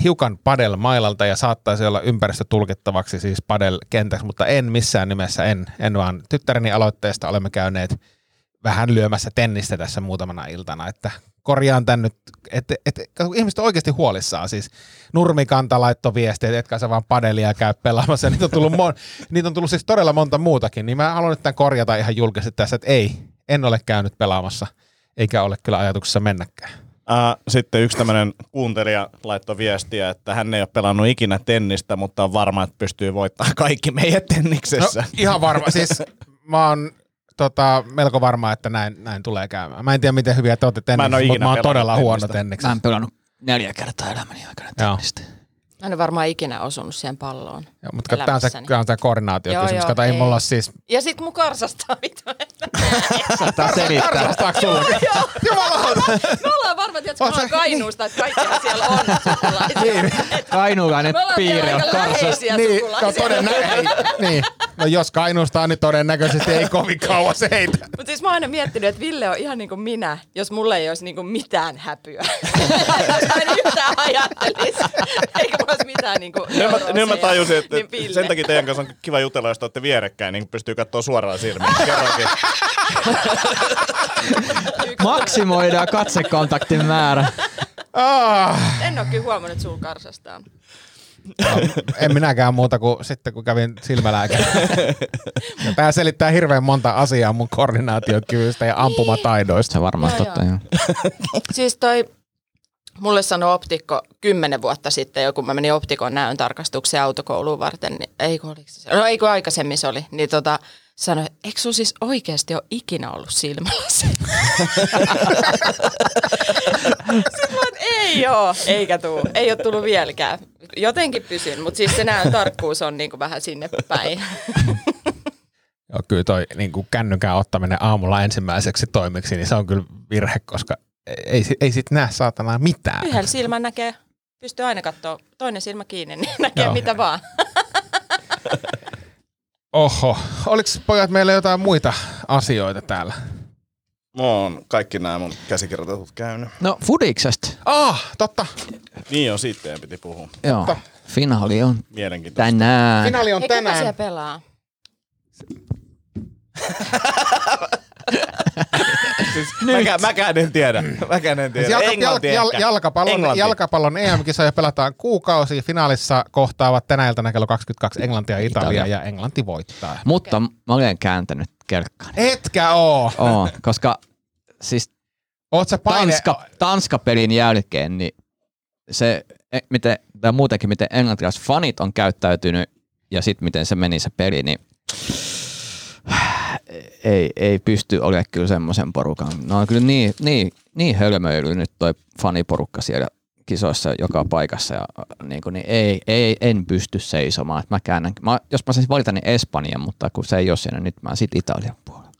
Speaker 4: hiukan padel-mailalta ja saattaisi olla ympäristö tulkittavaksi siis padel-kentäksi, mutta en missään nimessä, en, en vaan tyttäreni aloitteesta olemme käyneet vähän lyömässä tennistä tässä muutamana iltana, että korjaan tän nyt, että et, kato, ihmiset on oikeasti huolissaan siis. Nurmikanta laittoi viestiä, että etkä sä vaan padelia käy pelaamassa. Niitä on, tullut mon, niitä on tullut siis todella monta muutakin, niin mä haluan nyt tämän korjata ihan julkisesti tässä, että ei, en ole käynyt pelaamassa, eikä ole kyllä ajatuksessa mennäkään.
Speaker 5: Äh, sitten yksi tämmöinen kuuntelija laittoi viestiä, että hän ei ole pelannut ikinä tennistä, mutta on varma, että pystyy voittamaan kaikki meidän tenniksessä.
Speaker 4: No, ihan varma. Siis mä oon tota, melko varma, että näin, näin tulee käymään. Mä en tiedä, miten hyviä te olette
Speaker 5: en oo
Speaker 4: tenniksessä,
Speaker 5: ikinä
Speaker 4: mutta mä oon
Speaker 5: pelannut
Speaker 4: todella huono
Speaker 5: tennistä.
Speaker 3: Mä
Speaker 4: tenniksessä.
Speaker 3: oon pelannut neljä kertaa elämäni aikana tennistä.
Speaker 6: Mä en ole varmaan ikinä osunut siihen palloon.
Speaker 4: Joo, mutta kato, tää on se,
Speaker 6: elämässäni.
Speaker 4: tää on se koordinaatiokysymys.
Speaker 6: Joo, joo,
Speaker 4: kato, ei,
Speaker 6: ei.
Speaker 4: mulla ole siis...
Speaker 6: Ja sit mun karsastaa mitään.
Speaker 3: Saattaa selittää.
Speaker 4: Tarkastaako sulla? Jumalauta!
Speaker 6: Me ollaan varmaan, että mä
Speaker 4: Oot sä- Niin,
Speaker 6: oon Kainuusta, että kaikkihan siellä on sukulaisia.
Speaker 3: Kainuulainen
Speaker 6: Me ollaan
Speaker 3: piiri
Speaker 6: kyllä
Speaker 3: on
Speaker 6: aika
Speaker 3: karsas.
Speaker 6: läheisiä
Speaker 4: Niin, no,
Speaker 6: sukulaisia.
Speaker 4: todennäköisesti. niin. No jos Kainuusta on, niin todennäköisesti ei kovin kauas heitä.
Speaker 6: Mutta siis mä oon aina miettinyt, että Ville on ihan niin kuin minä, jos mulla ei olisi niin kuin mitään häpyä. mä en yhtään ajattelisi, eikä mulla olisi mitään niin kuin
Speaker 5: Nyt mä, nyt mä tajusin, että
Speaker 6: Niin Ville.
Speaker 5: sen takia teidän kanssa on kiva jutella, jos te olette vierekkäin, niin pystyy katsoa suoraan silmiin. Kerrankin.
Speaker 3: Maksimoidaan katsekontaktin määrä.
Speaker 4: Ah.
Speaker 6: En ole kyllä huomannut sun karsastaan.
Speaker 4: En minäkään muuta kuin sitten, kun kävin silmälääkärillä. Ja Tää selittää hirveän monta asiaa mun koordinaatiokyvystä ja ampumataidoista.
Speaker 3: Se varmaan
Speaker 6: Joo,
Speaker 3: totta,
Speaker 6: joo.
Speaker 3: joo.
Speaker 6: Siis toi, mulle sanoi optikko kymmenen vuotta sitten, jo, kun mä menin optikon näön tarkastukseen autokouluun varten, niin ei kun oliko se, no ei kun aikaisemmin se oli, niin tota, sanoi, eikö sun siis oikeasti ole ikinä ollut [LAUGHS] silmälasi? Sitten mä oon, ei oo, eikä tuu, ei ole tullut vieläkään. Jotenkin pysyn, mutta siis se näön tarkkuus on niinku vähän sinne päin.
Speaker 4: Joo, kyllä toi niin kuin kännykän ottaminen aamulla ensimmäiseksi toimiksi, niin se on kyllä virhe, koska ei, si- ei sit näe saatana mitään.
Speaker 6: Yhdellä silmällä näkee, pystyy aina katsoa toinen silmä kiinni, niin näkee
Speaker 4: Joo.
Speaker 6: Joo. mitä vaan.
Speaker 4: Oho, oliko pojat meillä jotain muita asioita täällä?
Speaker 5: Mä oon kaikki nämä mun käsikirjoitetut käynyt.
Speaker 3: No Fudiksesta.
Speaker 4: Ah, totta.
Speaker 5: Niin on, siitä teidän piti puhua.
Speaker 3: Joo. Finaali on
Speaker 5: Mielenkiintoista.
Speaker 3: tänään.
Speaker 4: Finaali on
Speaker 6: Ei kuka siellä
Speaker 4: tänään.
Speaker 6: pelaa?
Speaker 5: Siis, mäkään, mäkään en tiedä. Mäkään en tiedä.
Speaker 4: Siis Jalka, jal,
Speaker 5: Englanti
Speaker 4: jal,
Speaker 5: ehkä.
Speaker 4: jalkapallon,
Speaker 5: Englanti.
Speaker 4: jalkapallon EM-kisoja pelataan kuukausi. Finaalissa kohtaavat tänä iltana kello 22 Englanti ja Italia,
Speaker 3: Italia.
Speaker 4: ja Englanti voittaa.
Speaker 3: Mutta mä olen kääntänyt kelkkaan.
Speaker 4: Etkä oo.
Speaker 3: Oo, koska siis
Speaker 4: Oot sä paine...
Speaker 3: Tanska, Tanska-pelin jälkeen, niin se, e- miten, tai muutenkin miten englantilaiset fanit on käyttäytynyt ja sitten miten se meni se peli, niin [SIGHS] ei, ei pysty olemaan kyllä semmoisen porukan. No on kyllä niin, niin, niin hölmöily nyt toi faniporukka siellä kisoissa joka paikassa. Ja, niin, kuin, niin ei, ei, en pysty seisomaan. Et Mä käännän, mä, jos mä siis valitan, niin Espanjan, mutta kun se ei ole siinä, nyt mä sitten Italian puolella.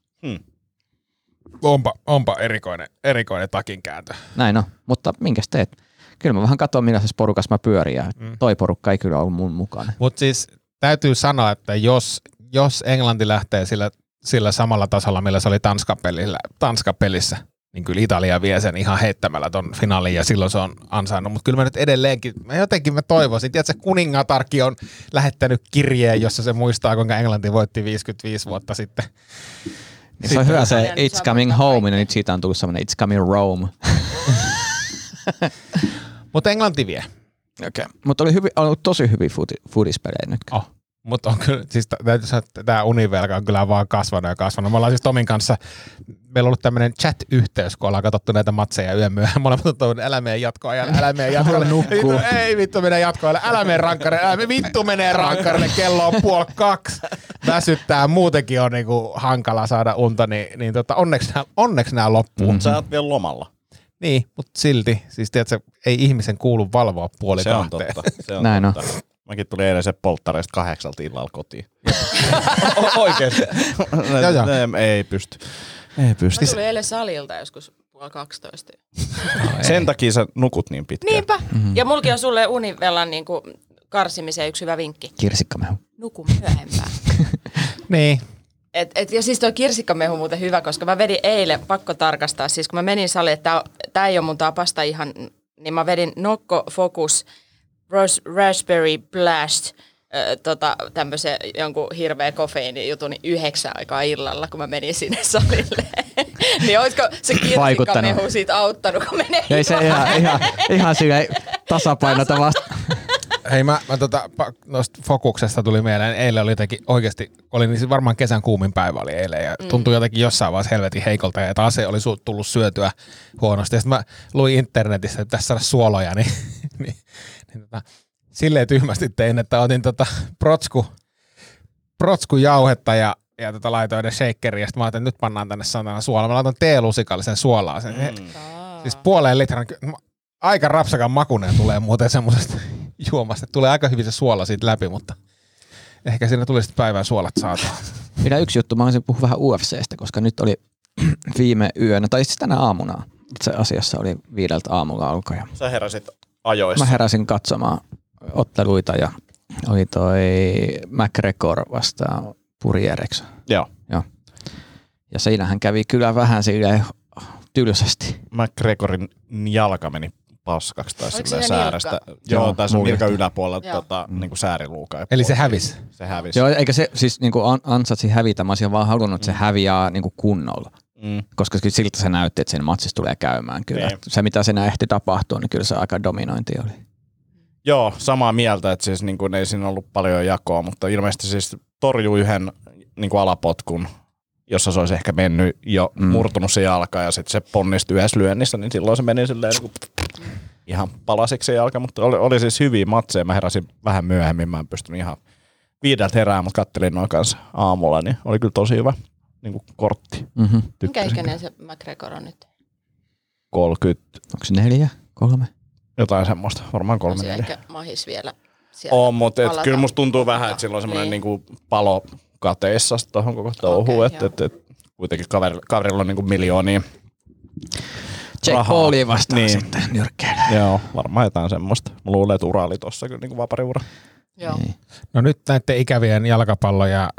Speaker 4: Onpa, onpa erikoinen, erikoinen takinkääntö.
Speaker 3: Näin on, mutta minkäs teet? Kyllä mä vähän katson, millaisessa porukassa mä pyörin ja mm. Niin toi porukka ei kyllä ollut mun mukana.
Speaker 4: Mutta siis täytyy sanoa, että jos, jos Englanti lähtee sillä, sillä samalla tasolla, millä se oli Tanskan pelillä, Tanskan pelissä, niin kyllä Italia vie sen ihan heittämällä ton finaalin ja silloin se on ansainnut. Mutta kyllä mä nyt edelleenkin, mä jotenkin mä toivoisin. Tiedätkö, kuningatarki on lähettänyt kirjeen, jossa se muistaa, kuinka Englanti voitti 55 vuotta sitten.
Speaker 3: Niin se on hyvä se
Speaker 6: Sitten-
Speaker 3: It's Coming Home, ja nyt siitä on tullut semmoinen It's Coming Rome.
Speaker 4: Mutta Englanti vie.
Speaker 3: Okay. Mutta oli, hyvi, on ollut tosi hyviä fudi- fudispelejä nyt.
Speaker 4: Oh. Mutta on kyllä, siis t- täytyy sanoa, että tämä univelka on kyllä vaan kasvanut ja kasvanut. Me ollaan siis Tomin kanssa, meillä on ollut tämmöinen chat-yhteys, kun ollaan katsottu näitä matseja yön myöhään. [LAUGHS] Molemmat on toivonut, älä mene jatkoajalle, älä mene jatkoajalle.
Speaker 3: nukkua.
Speaker 4: Vittu, ei vittu mene jatkoajalle, älä mene rankkarille, älä mene, vittu menee rankkarille, kello on puoli kaksi. Väsyttää, muutenkin on niinku hankala saada unta, niin, niin tota, onneksi, nää, onneksi nämä loppuu. Mm.
Speaker 5: Sä oot vielä lomalla.
Speaker 4: Niin, mutta silti, siis tiedätkö, ei ihmisen kuulu valvoa puoli
Speaker 5: Se on
Speaker 4: kahteen.
Speaker 5: totta. [LAUGHS] Se on
Speaker 3: Näin on.
Speaker 5: totta. Mäkin tulin eilen se polttareista kahdeksalta illalla
Speaker 6: [LAUGHS]
Speaker 5: kotiin. O- Oikeesti.
Speaker 4: Joo, joo.
Speaker 5: Em, Ei pysty. Ei pysty.
Speaker 6: Mä tulin eilen salilta joskus puoli 12.
Speaker 5: Sen takia sä nukut niin pitkään.
Speaker 6: Niinpä.
Speaker 3: Mhm.
Speaker 6: Mm-hmm. Ja mulki on sulle univellan niin kuin, karsimiseen yksi hyvä vinkki.
Speaker 3: Kirsikkamehu.
Speaker 6: Nuku myöhempään.
Speaker 4: Niin,
Speaker 6: [LAUGHS] Et, et, ja siis toi kirsikkamehu on muuten hyvä, koska mä vedin eilen, pakko tarkastaa, siis kun mä menin saliin, että tämä ei ole mun tapasta ihan, niin mä vedin Nokko Focus Ros- Raspberry Blast ö, tota, tämmöisen jonkun hirveä kofeiinijutun niin yhdeksän aikaa illalla, kun mä menin sinne salille. [LAUGHS] niin olisiko se kirsikkamehu
Speaker 3: Vaikuttanut.
Speaker 6: siitä auttanut, kun menee
Speaker 3: Ei se ihan, ihan, ihan silleen tasapainota vasta.
Speaker 4: Hei mä, mä tota, pa- noista fokuksesta tuli mieleen, eilen oli jotenkin oikeasti, oli niin se varmaan kesän kuumin päivä oli eilen ja tuntui jotenkin jossain vaiheessa helvetin heikolta ja taas ei oli su- tullut syötyä huonosti. Ja sitten mä luin internetistä, että pitäisi saada suoloja, [LAUGHS] niin, niin, niin tota, silleen tyhmästi tein, että otin tota protsku, protskujauhetta ja ja tota laitoin edes shakeriin, ja sitten mä ajattelin, että nyt pannaan tänne satana suolaa. Mä laitan teelusikallisen suolaa sen. Mm. Siis puoleen litran, aika rapsakan makunen tulee muuten semmoisesta [LAUGHS] juomasta. Tulee aika hyvin se suola siitä läpi, mutta ehkä siinä tuli sitten päivän suolat saatua.
Speaker 3: Vielä yksi juttu, mä olisin puhua vähän UFCstä, koska nyt oli [CLEARS THROAT] viime yönä, tai siis tänä aamuna itse asiassa oli viideltä aamulla alkoi. ja
Speaker 5: Sä heräsit ajoissa.
Speaker 3: Mä heräsin katsomaan otteluita ja oli toi McGregor vastaan Puri Eriksson.
Speaker 5: Joo.
Speaker 3: Joo. Ja siinähän kävi kyllä vähän silleen tylsästi.
Speaker 5: Mä Gregorin jalka meni paskaksi tai
Speaker 6: Oliko
Speaker 5: silleen
Speaker 6: siinä
Speaker 5: säärästä.
Speaker 6: nilkka?
Speaker 5: Joo,
Speaker 3: Joo,
Speaker 5: tai se on nilkan
Speaker 3: mullistui.
Speaker 5: yläpuolella
Speaker 6: Joo.
Speaker 5: tota, niin kuin sääriluuka. ja
Speaker 4: Eli se
Speaker 5: poikki.
Speaker 4: hävisi.
Speaker 5: Se hävisi.
Speaker 3: Joo, eikä se siis niinku an- ansaitsi hävitä, mä olisin vaan halunnut, että se häviää niinku kunnolla.
Speaker 5: Mm.
Speaker 3: Koska kyllä siltä se näytti, että siinä matsissa tulee käymään kyllä.
Speaker 5: Niin.
Speaker 3: Se mitä siinä ehti tapahtua, niin kyllä se aika dominointi oli.
Speaker 5: Joo, samaa mieltä, että siis niin kuin ei siinä ollut paljon jakoa, mutta ilmeisesti siis torjui yhden niin kuin alapotkun, jossa se olisi ehkä mennyt jo mm. murtunut se jalka ja sitten se ponnistui yhdessä lyönnissä, niin silloin se meni silleen niin kuin ihan palasiksi se jalka, mutta oli, oli siis hyviä matseja. Mä heräsin vähän myöhemmin, mä en pystynyt ihan viideltä herää, mutta kattelin noin kanssa aamulla, niin oli kyllä tosi hyvä niin kuin kortti.
Speaker 3: Mm-hmm.
Speaker 6: Minkä
Speaker 5: Tykkäsin.
Speaker 6: ikäinen se McGregor on nyt?
Speaker 5: 30,
Speaker 3: Onko se neljä, kolme?
Speaker 5: jotain semmoista, varmaan
Speaker 6: On
Speaker 5: kolme
Speaker 6: se
Speaker 5: neljä.
Speaker 6: ehkä mahis vielä siellä.
Speaker 5: On, mutta et,
Speaker 6: palata.
Speaker 5: kyllä musta tuntuu vähän, että sillä on semmoinen
Speaker 6: Niin.
Speaker 5: niinku palo kateissa tuohon koko touhuun,
Speaker 6: Okei,
Speaker 5: okay, että et, et, kuitenkin kaverilla, kaverilla on niinku miljoonia
Speaker 3: Jack
Speaker 5: rahaa.
Speaker 3: Paulia vastaan niin.
Speaker 5: Niin.
Speaker 3: sitten nyrkkeilee.
Speaker 5: Joo, varmaan jotain semmoista. Mä luulen, että ura oli tossa kyllä niin vapariura.
Speaker 6: Joo.
Speaker 3: Niin.
Speaker 4: No nyt näiden ikävien jalkapallo- ja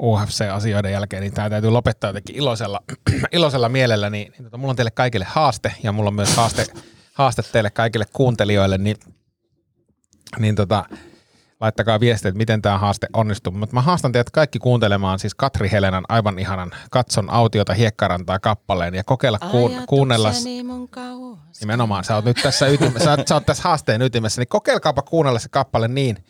Speaker 4: UFC-asioiden jälkeen, niin tämä täytyy lopettaa jotenkin iloisella, [CLEARS THROAT] iloisella mielellä. Niin, niin tota, mulla on teille kaikille haaste, ja mulla on myös haaste, haaste teille kaikille kuuntelijoille, niin, niin tota, laittakaa viestiä, että miten tämä haaste onnistuu. Mutta mä haastan teidät kaikki kuuntelemaan siis Katri Helenan aivan ihanan Katson autiota hiekkarantaa kappaleen ja kokeilla kuun, kuunnella,
Speaker 6: Ajatukseni mun kauas.
Speaker 4: Nimenomaan, sä oot nyt tässä, ytim- sä oot, sä oot tässä haasteen ytimessä, niin kokeilkaapa kuunnella se kappale niin,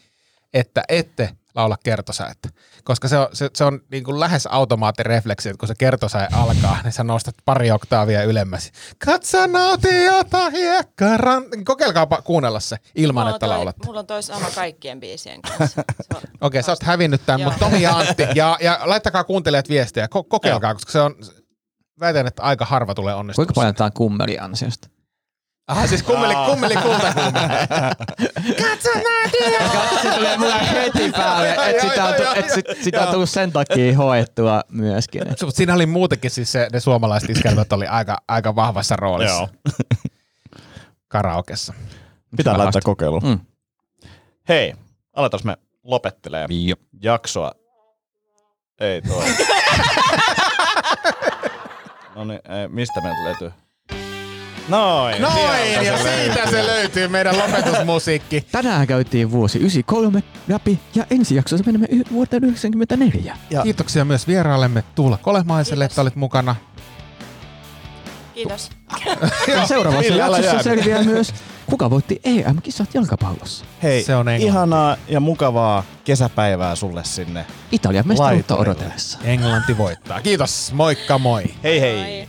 Speaker 4: että ette laula kertosäettä. Koska se on, se, se on niin kuin lähes automaattirefleksi, että kun se kertosäe alkaa, niin sä nostat pari oktaavia ylemmäs. Katso nautiota hiekkaran. Niin Kokeilkaapa kuunnella se ilman,
Speaker 6: Mulla on
Speaker 4: että
Speaker 6: toi-
Speaker 4: laulatte.
Speaker 6: Mulla on toi sama kaikkien biisien kanssa. Se on-
Speaker 4: Okei, sä oot hävinnyt tämän,
Speaker 6: Joo.
Speaker 4: mutta Tomi ja Antti, ja, ja laittakaa kuuntelijat viestejä, Ko- kokeilkaa, koska se on, väitän, että aika harva tulee onnistumaan.
Speaker 3: Kuinka paljon tää on kummeli ansiosta?
Speaker 4: Ah, siis kummeli, kummeli kultakummi. Katso nautiota!
Speaker 3: Se tulee mulle heti päälle,
Speaker 4: Joo,
Speaker 3: että sitä, on,
Speaker 4: joo,
Speaker 3: tu-
Speaker 4: joo,
Speaker 3: et sit, sitä on tullut sen takia hoettua myöskin.
Speaker 4: Mut Siinä oli muutenkin siis se, ne suomalaiset iskelmät oli aika, aika vahvassa roolissa
Speaker 5: [LAUGHS]
Speaker 4: Joo. karaokessa.
Speaker 5: Pitää
Speaker 3: Parasta.
Speaker 5: laittaa kokeilu.
Speaker 3: Mm.
Speaker 5: Hei, aletaan me lopettelee
Speaker 3: Joo.
Speaker 5: jaksoa. Ei [LAUGHS] toi. no niin, ei, mistä meiltä löytyy? Noin.
Speaker 4: Noin,
Speaker 5: sieltä
Speaker 4: ja
Speaker 5: se
Speaker 4: siitä
Speaker 5: löytyy.
Speaker 4: se löytyy meidän lopetusmusiikki.
Speaker 3: Tänään käytiin vuosi 93 läpi ja ensi jaksossa menemme y- vuoteen 94.
Speaker 4: Ja. Kiitoksia myös vieraallemme Tuula Kolemaiselle,
Speaker 6: Kiitos.
Speaker 4: että olit mukana.
Speaker 6: Kiitos.
Speaker 3: Ja seuraavassa
Speaker 5: Millä lailla
Speaker 3: jaksossa
Speaker 5: jäänyt?
Speaker 3: selviää myös, kuka voitti EM-kisat jalkapallossa.
Speaker 5: Hei,
Speaker 4: Se
Speaker 5: se
Speaker 4: on
Speaker 5: on
Speaker 4: englanti.
Speaker 5: ihanaa ja mukavaa kesäpäivää sulle sinne.
Speaker 3: Italian mestaruutta
Speaker 5: Laiturilla.
Speaker 3: odotellessa.
Speaker 4: Englanti voittaa. Kiitos, moikka moi.
Speaker 5: Hei hei.
Speaker 6: Ai.